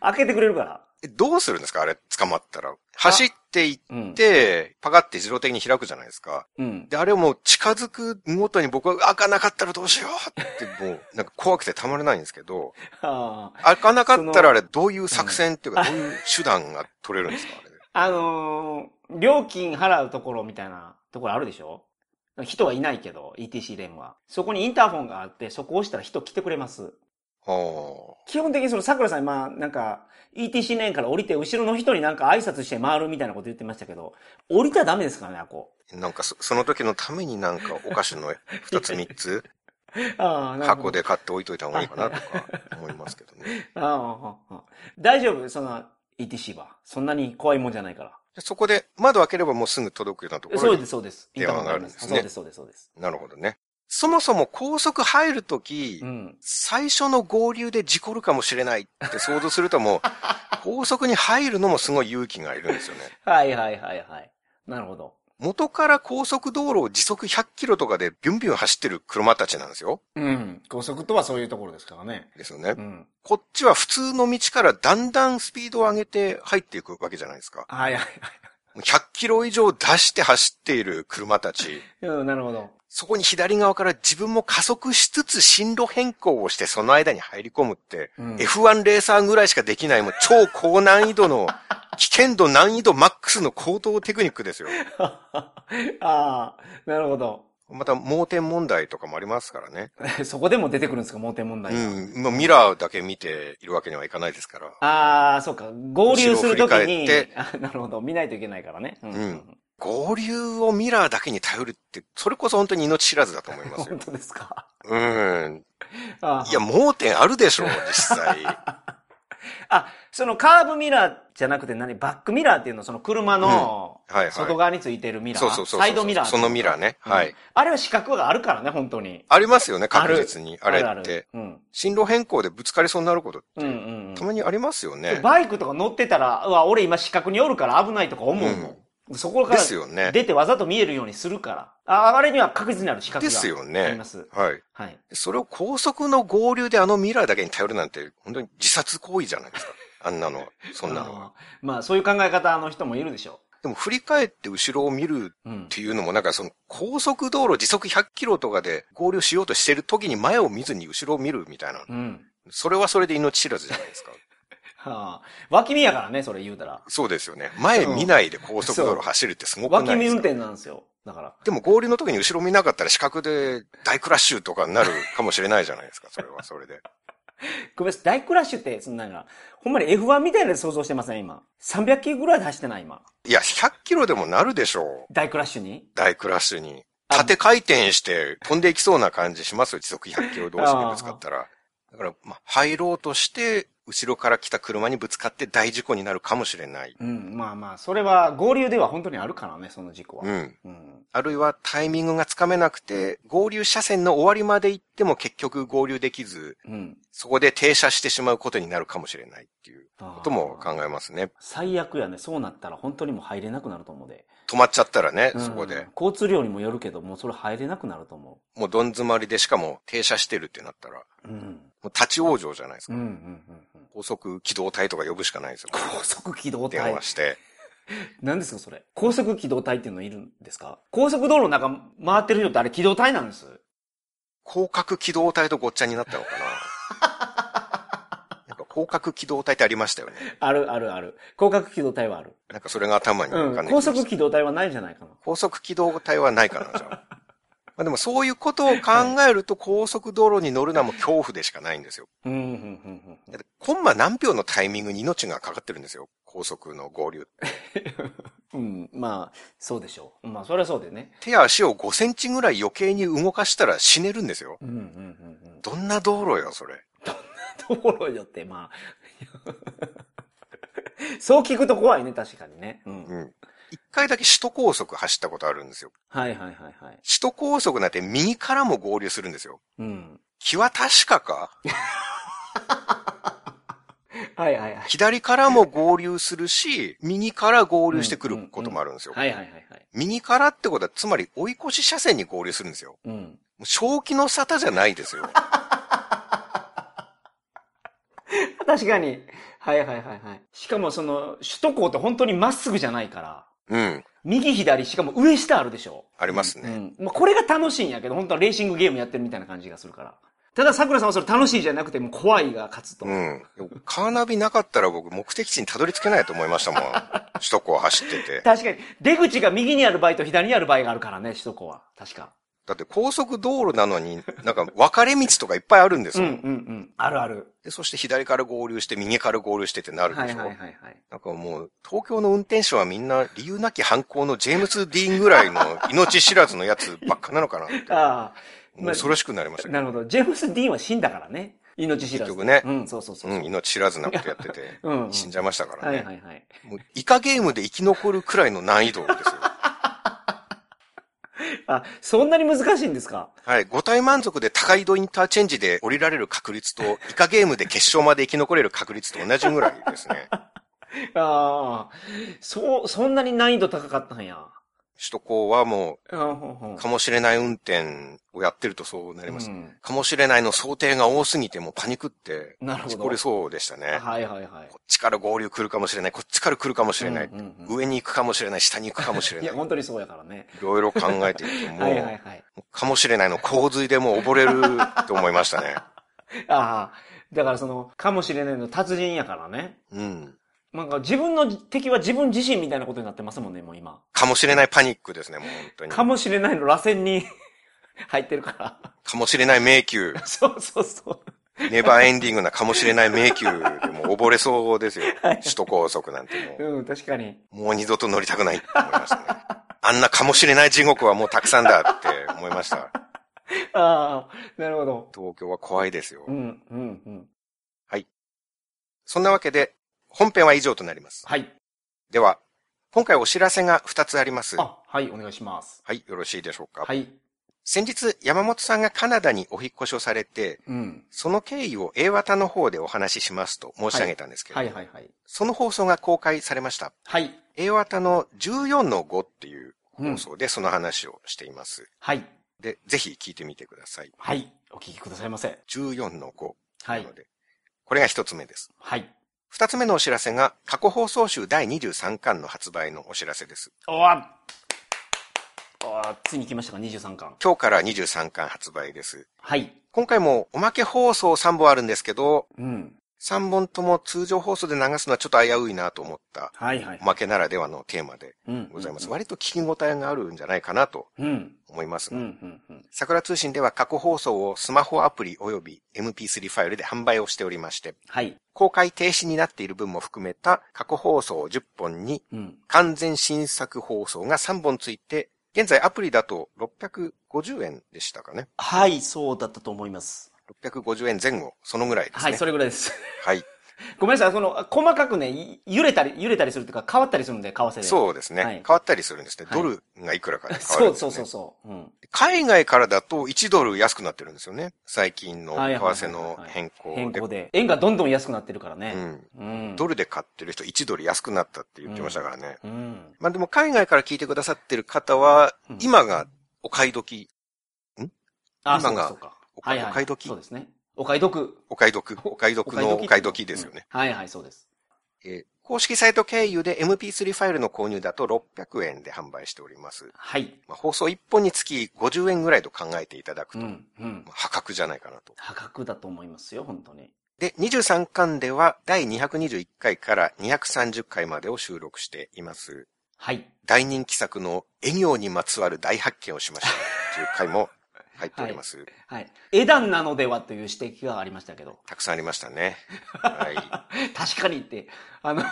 Speaker 1: 開けてくれるから。
Speaker 2: えどうするんですかあれ捕まったら。走って行
Speaker 1: うん
Speaker 2: っ。て、パカって自動的に開くじゃないですか。
Speaker 1: うん。
Speaker 2: で、あれをもう近づくごとに僕は開かなかったらどうしようってもうなんか怖くてたまらないんですけど、
Speaker 1: ああ。
Speaker 2: 開かなかったらあれどういう作戦っていうかどういう手段が取れるんですかあれで。
Speaker 1: あのー料金払うところみたいなところあるでしょ人はいないけど、ETC レーンは。そこにインターフォンがあって、そこを押したら人来てくれます。
Speaker 2: は
Speaker 1: 基本的にその桜さん、まあ、なんか、ETC レーンから降りて、後ろの人になんか挨拶して回るみたいなこと言ってましたけど、降りたらダメですからね、あこ。
Speaker 2: あ。なんかそ、その時のためになんかお菓子の二つ三つ
Speaker 1: ああ、 なるほ
Speaker 2: 箱
Speaker 1: ど。
Speaker 2: で買っておいといた方がいいかなとか思いますけどね。
Speaker 1: ああああ、ああ大丈夫その ETC は。そんなに怖いもんじゃないから。
Speaker 2: でそこで窓開ければもうすぐ届くようなとこ
Speaker 1: そ
Speaker 2: ろ
Speaker 1: う
Speaker 2: に
Speaker 1: です、そうです。
Speaker 2: 電話があるんですね
Speaker 1: そうです、そうです、そうです。
Speaker 2: なるほどね。そもそも高速入るとき、
Speaker 1: うん。
Speaker 2: 最初の合流で事故るかもしれないって想像する ともう、高速に入るのもすごい勇気がいるんですよね。
Speaker 1: はいはいはいはい。なるほど。
Speaker 2: 元から高速道路を時速100キロとかでビュンビュン走ってる車たちなんですよ。
Speaker 1: うん。高速とはそういうところですからね。
Speaker 2: ですよね
Speaker 1: う。ん。
Speaker 2: こっちは普通の道からだんだんスピードを上げて入っていくわけじゃないですか。
Speaker 1: はいはい
Speaker 2: 100キロ以上出して走っている車たち。
Speaker 1: はい。うん、なるほど。
Speaker 2: そこに左側から自分も加速しつつ進路変更をしてその間に入り込むって、
Speaker 1: うん
Speaker 2: F1 レーサーぐらいしかできないもう超高難易度の、危険 度難易度マックスの高等テクニックですよ。
Speaker 1: ああ、なるほど。
Speaker 2: また盲点問題とかもありますからね。
Speaker 1: そこでも出てくるんですか、盲点問題
Speaker 2: う
Speaker 1: が。
Speaker 2: ん。もうミラーだけ見ているわけにはいかないですから。
Speaker 1: ああ、そうか。合流するとき
Speaker 2: 後ろを振り
Speaker 1: に
Speaker 2: 返っ て、
Speaker 1: あなるほど。見ないといけないからね。うん
Speaker 2: うん合流をミラーだけに頼るって、それこそ本当に命知らずだと思います
Speaker 1: 本
Speaker 2: よ。
Speaker 1: 当ですか。
Speaker 2: うん。
Speaker 1: あー
Speaker 2: いや、盲点あるでし ょう、実際。
Speaker 1: あ、そのカーブミラーじゃなくて何バックミラーっていうのその車の
Speaker 2: うんはいはい
Speaker 1: 外側についてるミラー、
Speaker 2: そうそうそうそう。
Speaker 1: サイドミラーって
Speaker 2: そ
Speaker 1: いう
Speaker 2: のミラーね。
Speaker 1: うん
Speaker 2: はい。
Speaker 1: あれは資格があるからね、本当に。
Speaker 2: ありますよね、
Speaker 1: ある
Speaker 2: 確実に。あれ
Speaker 1: あるあ
Speaker 2: って
Speaker 1: る。。うん。
Speaker 2: 進路変更でぶつかりそうになることっ
Speaker 1: うんう
Speaker 2: て、
Speaker 1: ん
Speaker 2: た
Speaker 1: うん
Speaker 2: まにありますよ ね。
Speaker 1: バイクとか乗ってたら、うわ、俺今資格におるから危ないとか思うもん。そこか
Speaker 2: ですよ
Speaker 1: ら
Speaker 2: ね。
Speaker 1: 出てわざと見えるようにするから。ああれには確実になる資格
Speaker 2: で
Speaker 1: が
Speaker 2: すよ
Speaker 1: あり
Speaker 2: ね
Speaker 1: ま。す。
Speaker 2: はい。
Speaker 1: はい。
Speaker 2: それを高速の合流であのミラーだけに頼るなんて、本当に自殺行為じゃないです か。あんなのは。そんなのは。
Speaker 1: あーまあ、そういう考え方の人もいるでしょ
Speaker 2: でも振り返って後ろを見る
Speaker 1: う。うん
Speaker 2: っ。ていうのもなんかその高速道路時速100キロとかで合流しようとしてる時に前を見ずに後ろを見るみたいな。
Speaker 1: うん。
Speaker 2: それはそれで命知らずじゃないで すか。
Speaker 1: はあ。脇見やからね、それ言うたら。
Speaker 2: そうですよね。前見ないで高速道路走るってすごくないです
Speaker 1: 脇
Speaker 2: か
Speaker 1: 見運転なんですよ。だから。
Speaker 2: でも合流の時に後ろ見なかったら視覚で大クラッシュとかになるかもしれないじゃないですか、それはそれで。
Speaker 1: ごめんなさい大クラッシュって、そんなんか、ほんまに F1 みたいなの想像してません、今。300キロぐらいで走ってない、今。
Speaker 2: いや、100キロでもなるでしょう。
Speaker 1: 大クラッシュに。
Speaker 2: 大クラッシュに。
Speaker 1: あ
Speaker 2: 縦回転して飛んでいきそうな感じしますよ、時速100キロ同士にぶつかったら。だから、まあ、入ろうとして、後ろから来た車にぶつかって大事故になるかもしれない。
Speaker 1: うん、まあまあ、それは合流では本当にあるからね、その事故は。
Speaker 2: うん。
Speaker 1: うん。
Speaker 2: あるいはタイミングがつかめなくて、合流車線の終わりまで行っても結局合流できず、
Speaker 1: うん。
Speaker 2: そこで停車してしまうことになるかもしれないっていう
Speaker 1: こ
Speaker 2: ことも考えますね。
Speaker 1: 最悪やね、そうなったら本当にもう入れなくなると思うで。
Speaker 2: 止まっちゃったらね、
Speaker 1: うん
Speaker 2: そこで。
Speaker 1: 交通量にもよるけど、もうそれ入れなくなると思
Speaker 2: もうどん詰まりでしかも停車してるってなったら、も
Speaker 1: う。うん。
Speaker 2: う立ち往生じゃないです
Speaker 1: う
Speaker 2: か。
Speaker 1: ん、うん、うん。うん
Speaker 2: 高速機動隊とか呼ぶしかないですよ。
Speaker 1: 高速機動
Speaker 2: 電
Speaker 1: 隊。
Speaker 2: 話して。
Speaker 1: 何ですか、それ。高速機動隊っていうのいるんですか高速道路の中回ってる人ってあれ機動隊なんです。
Speaker 2: 広角機動隊とごっちゃになったのか ななんか広角機動隊ってありましたよね。
Speaker 1: ある、ある、ある。広角機動隊はある。
Speaker 2: なんかそれが頭に浮
Speaker 1: う
Speaker 2: かん
Speaker 1: ん。
Speaker 2: できま
Speaker 1: 高
Speaker 2: した
Speaker 1: 速機動隊はないんじゃないかな。
Speaker 2: 高速機動隊はないかな、じゃあ。まあでもそういうことを考えると高速道路に乗るのはもう恐怖でしかないんですよ。
Speaker 1: うん、うん、うん、
Speaker 2: だってコンマ何秒のタイミングに命がかかってるんですよ。高速の合流。
Speaker 1: うん。うん、まあ、そうでしょう。まあ、それはそうでね。
Speaker 2: 手足を5センチぐらい余計に動かしたら死ねるんですよ。
Speaker 1: うん、うん、うん、うん。
Speaker 2: どんな道路よ、それ。
Speaker 1: 道路よって、まあ。 そう聞くと怖いね、確かにね。うん。
Speaker 2: うん。一回だけ首都高速走ったことあるんですよ。
Speaker 1: はいはいはいはい。
Speaker 2: 首都高速なんて右からも合流するんですよ。
Speaker 1: うん。
Speaker 2: 気は確かか
Speaker 1: はいはいはい。
Speaker 2: 左からも合流するし、右から合流してくることもあるんですよ。
Speaker 1: はいはいはいはい。
Speaker 2: 右からってことは、つまり追い越し車線に合流するんですよ。
Speaker 1: うん。
Speaker 2: もう正気の沙汰じゃないですよ。
Speaker 1: 確かに。はいはいはいはい。しかもその、首都高って本当にまっすぐじゃないから、
Speaker 2: うん。
Speaker 1: 右左、しかも上下あるでしょ。
Speaker 2: あります
Speaker 1: う
Speaker 2: ね。
Speaker 1: ん。まあ、これが楽しいんやけど、本当はレーシングゲームやってるみたいな感じがするから。ただ、桜さんはそれ楽しいじゃなくて、もう怖いが勝つと。
Speaker 2: うん。カーナビなかったら僕目的地にたどり着けないと思い ましたもん。首都高を走ってて。
Speaker 1: 確かに、出口が右にある場合と左にある場合があるからね、首都高は。確か。
Speaker 2: だって高速道路なのに、なんか分かれ道とかいっぱいあるんです
Speaker 1: うん
Speaker 2: よ。
Speaker 1: うんうん。あるある。
Speaker 2: でそして左から合流して右から合流してってなるでしょ。
Speaker 1: はいはいはいはい。
Speaker 2: なんかもう、東京の運転手はみんな理由なき犯行のジェームス・ディーンぐらいの命知らずのやつばっかなのか なって。
Speaker 1: あ
Speaker 2: もう恐ろしくなりまし
Speaker 1: あ、
Speaker 2: た
Speaker 1: な
Speaker 2: よ。
Speaker 1: るほど。ジェームス・ディーンは死んだからね。命知らず。
Speaker 2: 結局ね
Speaker 1: うん、そうそうそうう。
Speaker 2: ん、命知らずなことやってて、
Speaker 1: うんうん
Speaker 2: 死んじゃいましたから
Speaker 1: は
Speaker 2: ね。
Speaker 1: いはいはい。
Speaker 2: もうイカゲームで生き残るくらいの難易度 ですよ。
Speaker 1: あ、そんなに難しいんですか
Speaker 2: はい。五体満足で高井戸インターチェンジで降りられる確率と、イカゲームで決勝まで生き残れる確率と同じぐらいですね。
Speaker 1: ああ、そう、そんなに難易度高かったんや。
Speaker 2: 首都高はも
Speaker 1: あーほんほん
Speaker 2: う、かもしれない運転をやってるとそうなります。
Speaker 1: うん
Speaker 2: かもしれないの想定が多すぎてもうパニクって、
Speaker 1: なるほど
Speaker 2: 事故りそうでしたね。
Speaker 1: はいはいはい
Speaker 2: こ。っちから合流来るかもしれない、こっちから来るかもしれない、
Speaker 1: うんうんうん
Speaker 2: 上に行くかもしれない、下に行くかもしれ
Speaker 1: い
Speaker 2: ない
Speaker 1: や、、本当にそうやからね。
Speaker 2: いろいろ考えていくと、も
Speaker 1: は
Speaker 2: う、
Speaker 1: いはいはい。
Speaker 2: かもしれないの洪水でもう溺れるって思い ましたね。
Speaker 1: ああ、だからその、かもしれないの達人やからね。
Speaker 2: うん。
Speaker 1: なんか自分の敵は自分自身みたいなことになってますもんね、もう今。
Speaker 2: かもしれないパニックですね、もう本当に。
Speaker 1: かもしれないの螺旋に 入ってるから。
Speaker 2: かもしれない迷宮。
Speaker 1: そうそうそう。
Speaker 2: ネバーエンディングなかもしれない迷宮でも溺れそうですよ。 首都高速なんても
Speaker 1: うん、確かに。
Speaker 2: う、もう二度と乗りたくないって思いまし たね。あんなかもしれない地獄はもうたくさんだって思いました。
Speaker 1: ああ、なるほど。
Speaker 2: 東京は怖いですよ
Speaker 1: う。ん、うん、うん。
Speaker 2: そんなわけで、本編は以上となります。
Speaker 1: はい。
Speaker 2: では、今回お知らせが2つあります。は
Speaker 1: あ、はい、お願いします。
Speaker 2: い、よろしいでしょうか。
Speaker 1: はい。
Speaker 2: 先日、山本さんがカナダにお引っ越しをされて、
Speaker 1: うん。
Speaker 2: その経緯を A 型の方でお話ししますと申し上げたんですけど、
Speaker 1: はい、はい、はい。
Speaker 2: その放送が公開されました。
Speaker 1: はい。
Speaker 2: A 型の14の5っていう
Speaker 1: うん
Speaker 2: 放。送でその話をしています。
Speaker 1: はい。
Speaker 2: で、ぜひ聞いてみてください。
Speaker 1: はい。お聞きくださいませ。
Speaker 2: 14の5
Speaker 1: は
Speaker 2: ないの。で、これが一つ目です。
Speaker 1: はい。
Speaker 2: 二つ目のお知らせが、過去放送集第23巻の発売のお知らせです。
Speaker 1: おわおわついに来ましたか、23巻。
Speaker 2: 今日から23巻発売です。
Speaker 1: はい。
Speaker 2: 今回もおまけ放送3本あるんですけど、
Speaker 1: うん。
Speaker 2: 3本とも通常放送で流すのはちょっと危ういなと思った、
Speaker 1: はい、はい
Speaker 2: お。まけならではのテーマで
Speaker 1: うん。
Speaker 2: ございます。
Speaker 1: うん、
Speaker 2: 割と聞き応えがあるんじゃないかなと
Speaker 1: うん。
Speaker 2: 思います
Speaker 1: う。ん、うん、うん。
Speaker 2: 桜通信では過去放送をスマホアプリ及び MP3 ファイルで販売をしておりまして、
Speaker 1: はい。
Speaker 2: 公開停止になっている分も含めた過去放送10本に
Speaker 1: うん。
Speaker 2: 完全新作放送が3本ついて、現在アプリだと650円でしたかね。
Speaker 1: はい、そうだったと思います。
Speaker 2: 650円前後、そのぐらいです
Speaker 1: は
Speaker 2: ね。
Speaker 1: い、それぐらいです。
Speaker 2: はい。
Speaker 1: ごめんなさい、その、細かくね、い揺れたり、揺れたりするというか、変わったりするんで、為替で。
Speaker 2: そうですね、
Speaker 1: はい
Speaker 2: 変わったりするんですね。
Speaker 1: はい
Speaker 2: ドルがいくらかで変わ
Speaker 1: そ
Speaker 2: るん
Speaker 1: う
Speaker 2: です、
Speaker 1: そ
Speaker 2: ね。
Speaker 1: うそうそう。うん。
Speaker 2: 海外からだと1ドル安くなってるんですよね。最近の為替の変更
Speaker 1: 変
Speaker 2: で
Speaker 1: 更。で。円がどんどん安くなってるから
Speaker 2: う
Speaker 1: ね。
Speaker 2: ん。
Speaker 1: うん。
Speaker 2: ドルで買ってる人1ドル安くなったって言ってましたからね。
Speaker 1: うん。
Speaker 2: まあでも海外から聞いてくださってる方は
Speaker 1: うん、
Speaker 2: 今がお買い時、
Speaker 1: あ、そ
Speaker 2: 今
Speaker 1: う
Speaker 2: が
Speaker 1: かそうか。
Speaker 2: お買いお買い時
Speaker 1: そうですね。お買い得。
Speaker 2: お買い得、お買い得のお買い時ですよね。
Speaker 1: うん。はいはい、そうです。
Speaker 2: えー公式サイト経由で MP3 ファイルの購入だと600円で販売しております。
Speaker 1: はい。
Speaker 2: まあ、放送1本につき50円ぐらいと考えていただく
Speaker 1: う
Speaker 2: と、
Speaker 1: ん。うん
Speaker 2: まあ。破格じゃないかなと。
Speaker 1: 破格だと思いますよ、本当に。
Speaker 2: で、23巻では第221回から230回までを収録しています。
Speaker 1: はい。
Speaker 2: 大人気作の絵行にまつわる大発見をしましたという回 も入っております。
Speaker 1: はい。枝段なのではという指摘がありましたけど、
Speaker 2: たくさんありましたね。は
Speaker 1: 確かにって、あの、
Speaker 2: い。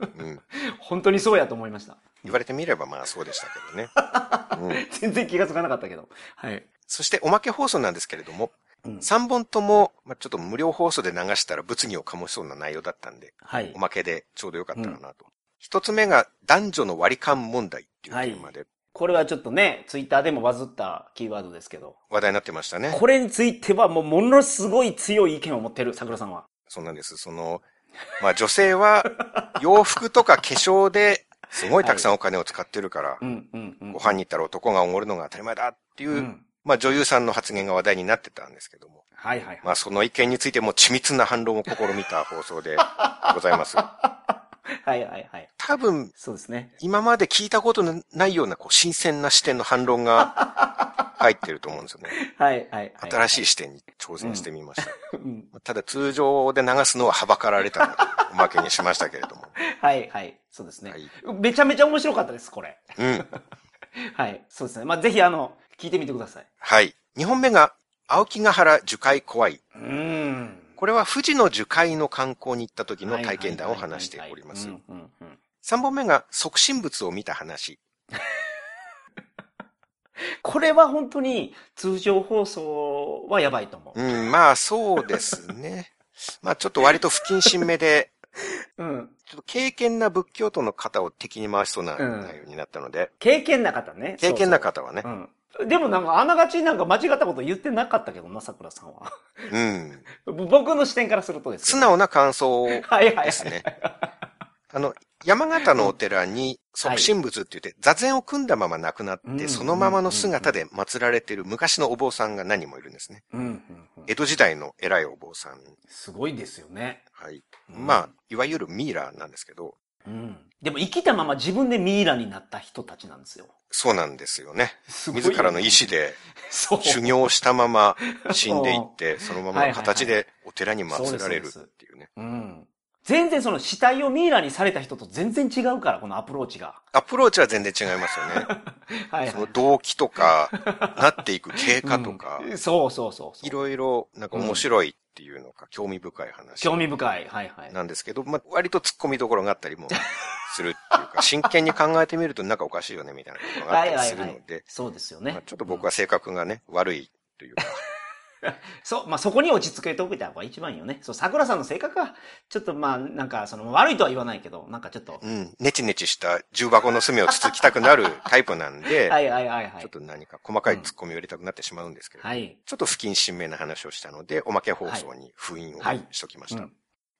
Speaker 2: うん。
Speaker 1: 本当にそうやと思いました。
Speaker 2: 言われてみればまあそうでした けどね。うん、
Speaker 1: 全然気がつかなかったけど。はい。
Speaker 2: そしておまけ放送なんですけれども、
Speaker 1: うん
Speaker 2: 3本とも、まあ、ちょっと無料放送で流したら物議を醸しそうな内容だったんで、
Speaker 1: はい
Speaker 2: お。まけでちょうどよかったかなと。一、つ目が男女の割り勘問題っていうテーマで
Speaker 1: これはちょっとね、ツイッターでもバズったキーワードですけど、
Speaker 2: 話題になってましたね。
Speaker 1: これについてはもうものすごい強い意見を持ってる、桜さんは。
Speaker 2: そうなんです。その、まあ女性は 洋服とか化粧ですごいたくさんお金を使ってるから、
Speaker 1: うん、うん、うん。
Speaker 2: ご飯に行ったら男がおごるのが当たり前だっていう、
Speaker 1: うん。
Speaker 2: まあ女優さんの発言が話題になってたんですけども、
Speaker 1: はいはい
Speaker 2: まあその意見についても緻密な反論を試みた放送でござ います。
Speaker 1: はい。はいはいはい。
Speaker 2: 多分、
Speaker 1: そうですね。
Speaker 2: 今まで聞いたことのないようなこう新鮮な視点の反論が 入ってると思うんですよね。
Speaker 1: はいはいはい。
Speaker 2: 新しい視点に挑戦してみました。
Speaker 1: うん
Speaker 2: ただ通常で流すのははばから れたので、おまけにしましたけれども。
Speaker 1: はいはい。そうですね
Speaker 2: はい。
Speaker 1: めちゃめちゃ面白かったです、これ。
Speaker 2: うん。
Speaker 1: はい。そうですね。まあ、ぜひあの、聞いてみてください。
Speaker 2: はい。2本目が、青木ヶ原樹海怖い。
Speaker 1: うーん。
Speaker 2: これは富士の樹海の観光に行った時の
Speaker 1: はいはいはいはい
Speaker 2: 体験談を話しております
Speaker 1: う。んうんうん
Speaker 2: 3本目が、即身仏を見た話。
Speaker 1: これは本当に通常放送はやばいと思う。
Speaker 2: うん、まあそうですね。まあちょっと割と不謹慎めで、
Speaker 1: うん。
Speaker 2: ちょっと経験な仏教徒の方を敵に回しそうな内容になったので、
Speaker 1: 経験な方ね。
Speaker 2: 経験な
Speaker 1: そう
Speaker 2: 方はね、
Speaker 1: そう。うん。でもなんか、あながちなんか間違ったこと言ってなかったけどな、桜さんは。
Speaker 2: うん、
Speaker 1: 僕の視点からするとです
Speaker 2: 素
Speaker 1: けど。
Speaker 2: 直な感想を
Speaker 1: はいはいは
Speaker 2: で
Speaker 1: い。
Speaker 2: すね。あの、山形のお寺に即身仏って言って、座禅を組んだまま亡くなっ
Speaker 1: うんうんうんう
Speaker 2: て、
Speaker 1: ん
Speaker 2: そのままの姿で祀られている昔のお坊さんが何人もいるんですね。
Speaker 1: うんうんうん。
Speaker 2: 江戸時代の偉いお坊さん。
Speaker 1: すごいですよね。
Speaker 2: はい。
Speaker 1: うん
Speaker 2: まあ、いわゆるミイラなんですけど、
Speaker 1: うん。でも生きたまま自分でミイラになった人たちなんですよ。
Speaker 2: そうなんですよね。
Speaker 1: すごいよ
Speaker 2: 自
Speaker 1: ね
Speaker 2: らの意志。で
Speaker 1: そう。
Speaker 2: 修行した まま死んでいって、そのままの形でお寺に祀られるっていうね。
Speaker 1: うん。全然その死体をミイラにされた人と全然違うから、このアプローチが。
Speaker 2: アプローチは全然違いますよね。
Speaker 1: はい
Speaker 2: その動機と か、なっていく経過とか、
Speaker 1: うんそうそうそうそう。
Speaker 2: いろいろなんか面白いっていうのが興味深い話
Speaker 1: 興味深い。はいはい。
Speaker 2: なんですけど、まあ、割と突っ込みどころがあったりもするって いうか、真剣に考えてみるとなんかおかしいよねみたいなところがあったりするので、
Speaker 1: そうですよ
Speaker 2: まあ
Speaker 1: ね。
Speaker 2: ちょっと僕は性格がね、悪いというか、
Speaker 1: そう、まあ、そこに落ち着けておいた方が一番いいよね。そう、桜さんの性格は、ちょっとまあ、なんか、その、悪いとは言わないけど、なんかちょっと、
Speaker 2: うん、ネチネチした重箱の隅をつつきたくなるタイプなんで、
Speaker 1: はいはいはいは
Speaker 2: ちょっ
Speaker 1: い。
Speaker 2: と何か細かい突っ込みを入れたくなってしまうんですけど、
Speaker 1: はい。
Speaker 2: ちょっと不謹慎めな話をしたので、おまけ放送に封印を
Speaker 1: はい
Speaker 2: しときまし
Speaker 1: う
Speaker 2: た。
Speaker 1: ん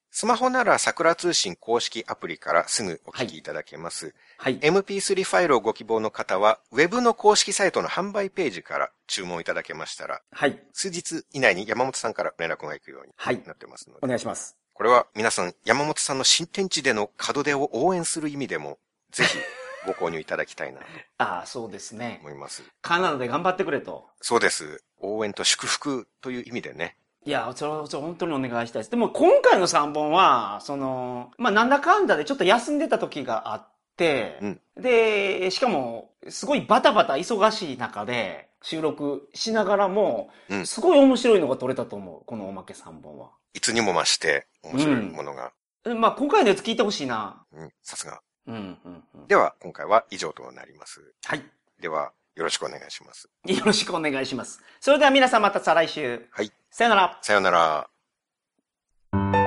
Speaker 2: スマホなら桜通信公式アプリからすぐお聞きいただけます。
Speaker 1: はい。
Speaker 2: MP3 ファイルをご希望の方は、ウェブの公式サイトの販売ページから注文いただけましたら、
Speaker 1: はい。
Speaker 2: 数日以内に山本さんから連絡が行くように
Speaker 1: はい。
Speaker 2: なってますので、
Speaker 1: お願いします。
Speaker 2: これは皆さん、山本さんの新天地での門出を応援する意味でも、ぜひご購入いただきたいなと
Speaker 1: ああ、そうですね
Speaker 2: 思。います。
Speaker 1: カナダで頑張ってくれと。
Speaker 2: そうです。応援と祝福という意味でね。
Speaker 1: いや、それはそれは本当にお願いしたいです。でも今回の3本は、その、まあ、なんだかんだでちょっと休んでた時があって、
Speaker 2: うん
Speaker 1: で、しかも、すごいバタバタ忙しい中で収録しながらも、
Speaker 2: うん
Speaker 1: すごい面白いのが撮れたと思う、このおまけ3本は。
Speaker 2: いつにも増して面白いものが、
Speaker 1: えまあ、今回のやつ聞いてほしいな。
Speaker 2: うんさすが。
Speaker 1: うん、うん、うん。
Speaker 2: では、今回は以上となります。
Speaker 1: はい。
Speaker 2: では、よろしくお願いします。
Speaker 1: よろしくお願いします。それでは皆さんまた再来週。
Speaker 2: はい。
Speaker 1: さよなら。
Speaker 2: さようなら。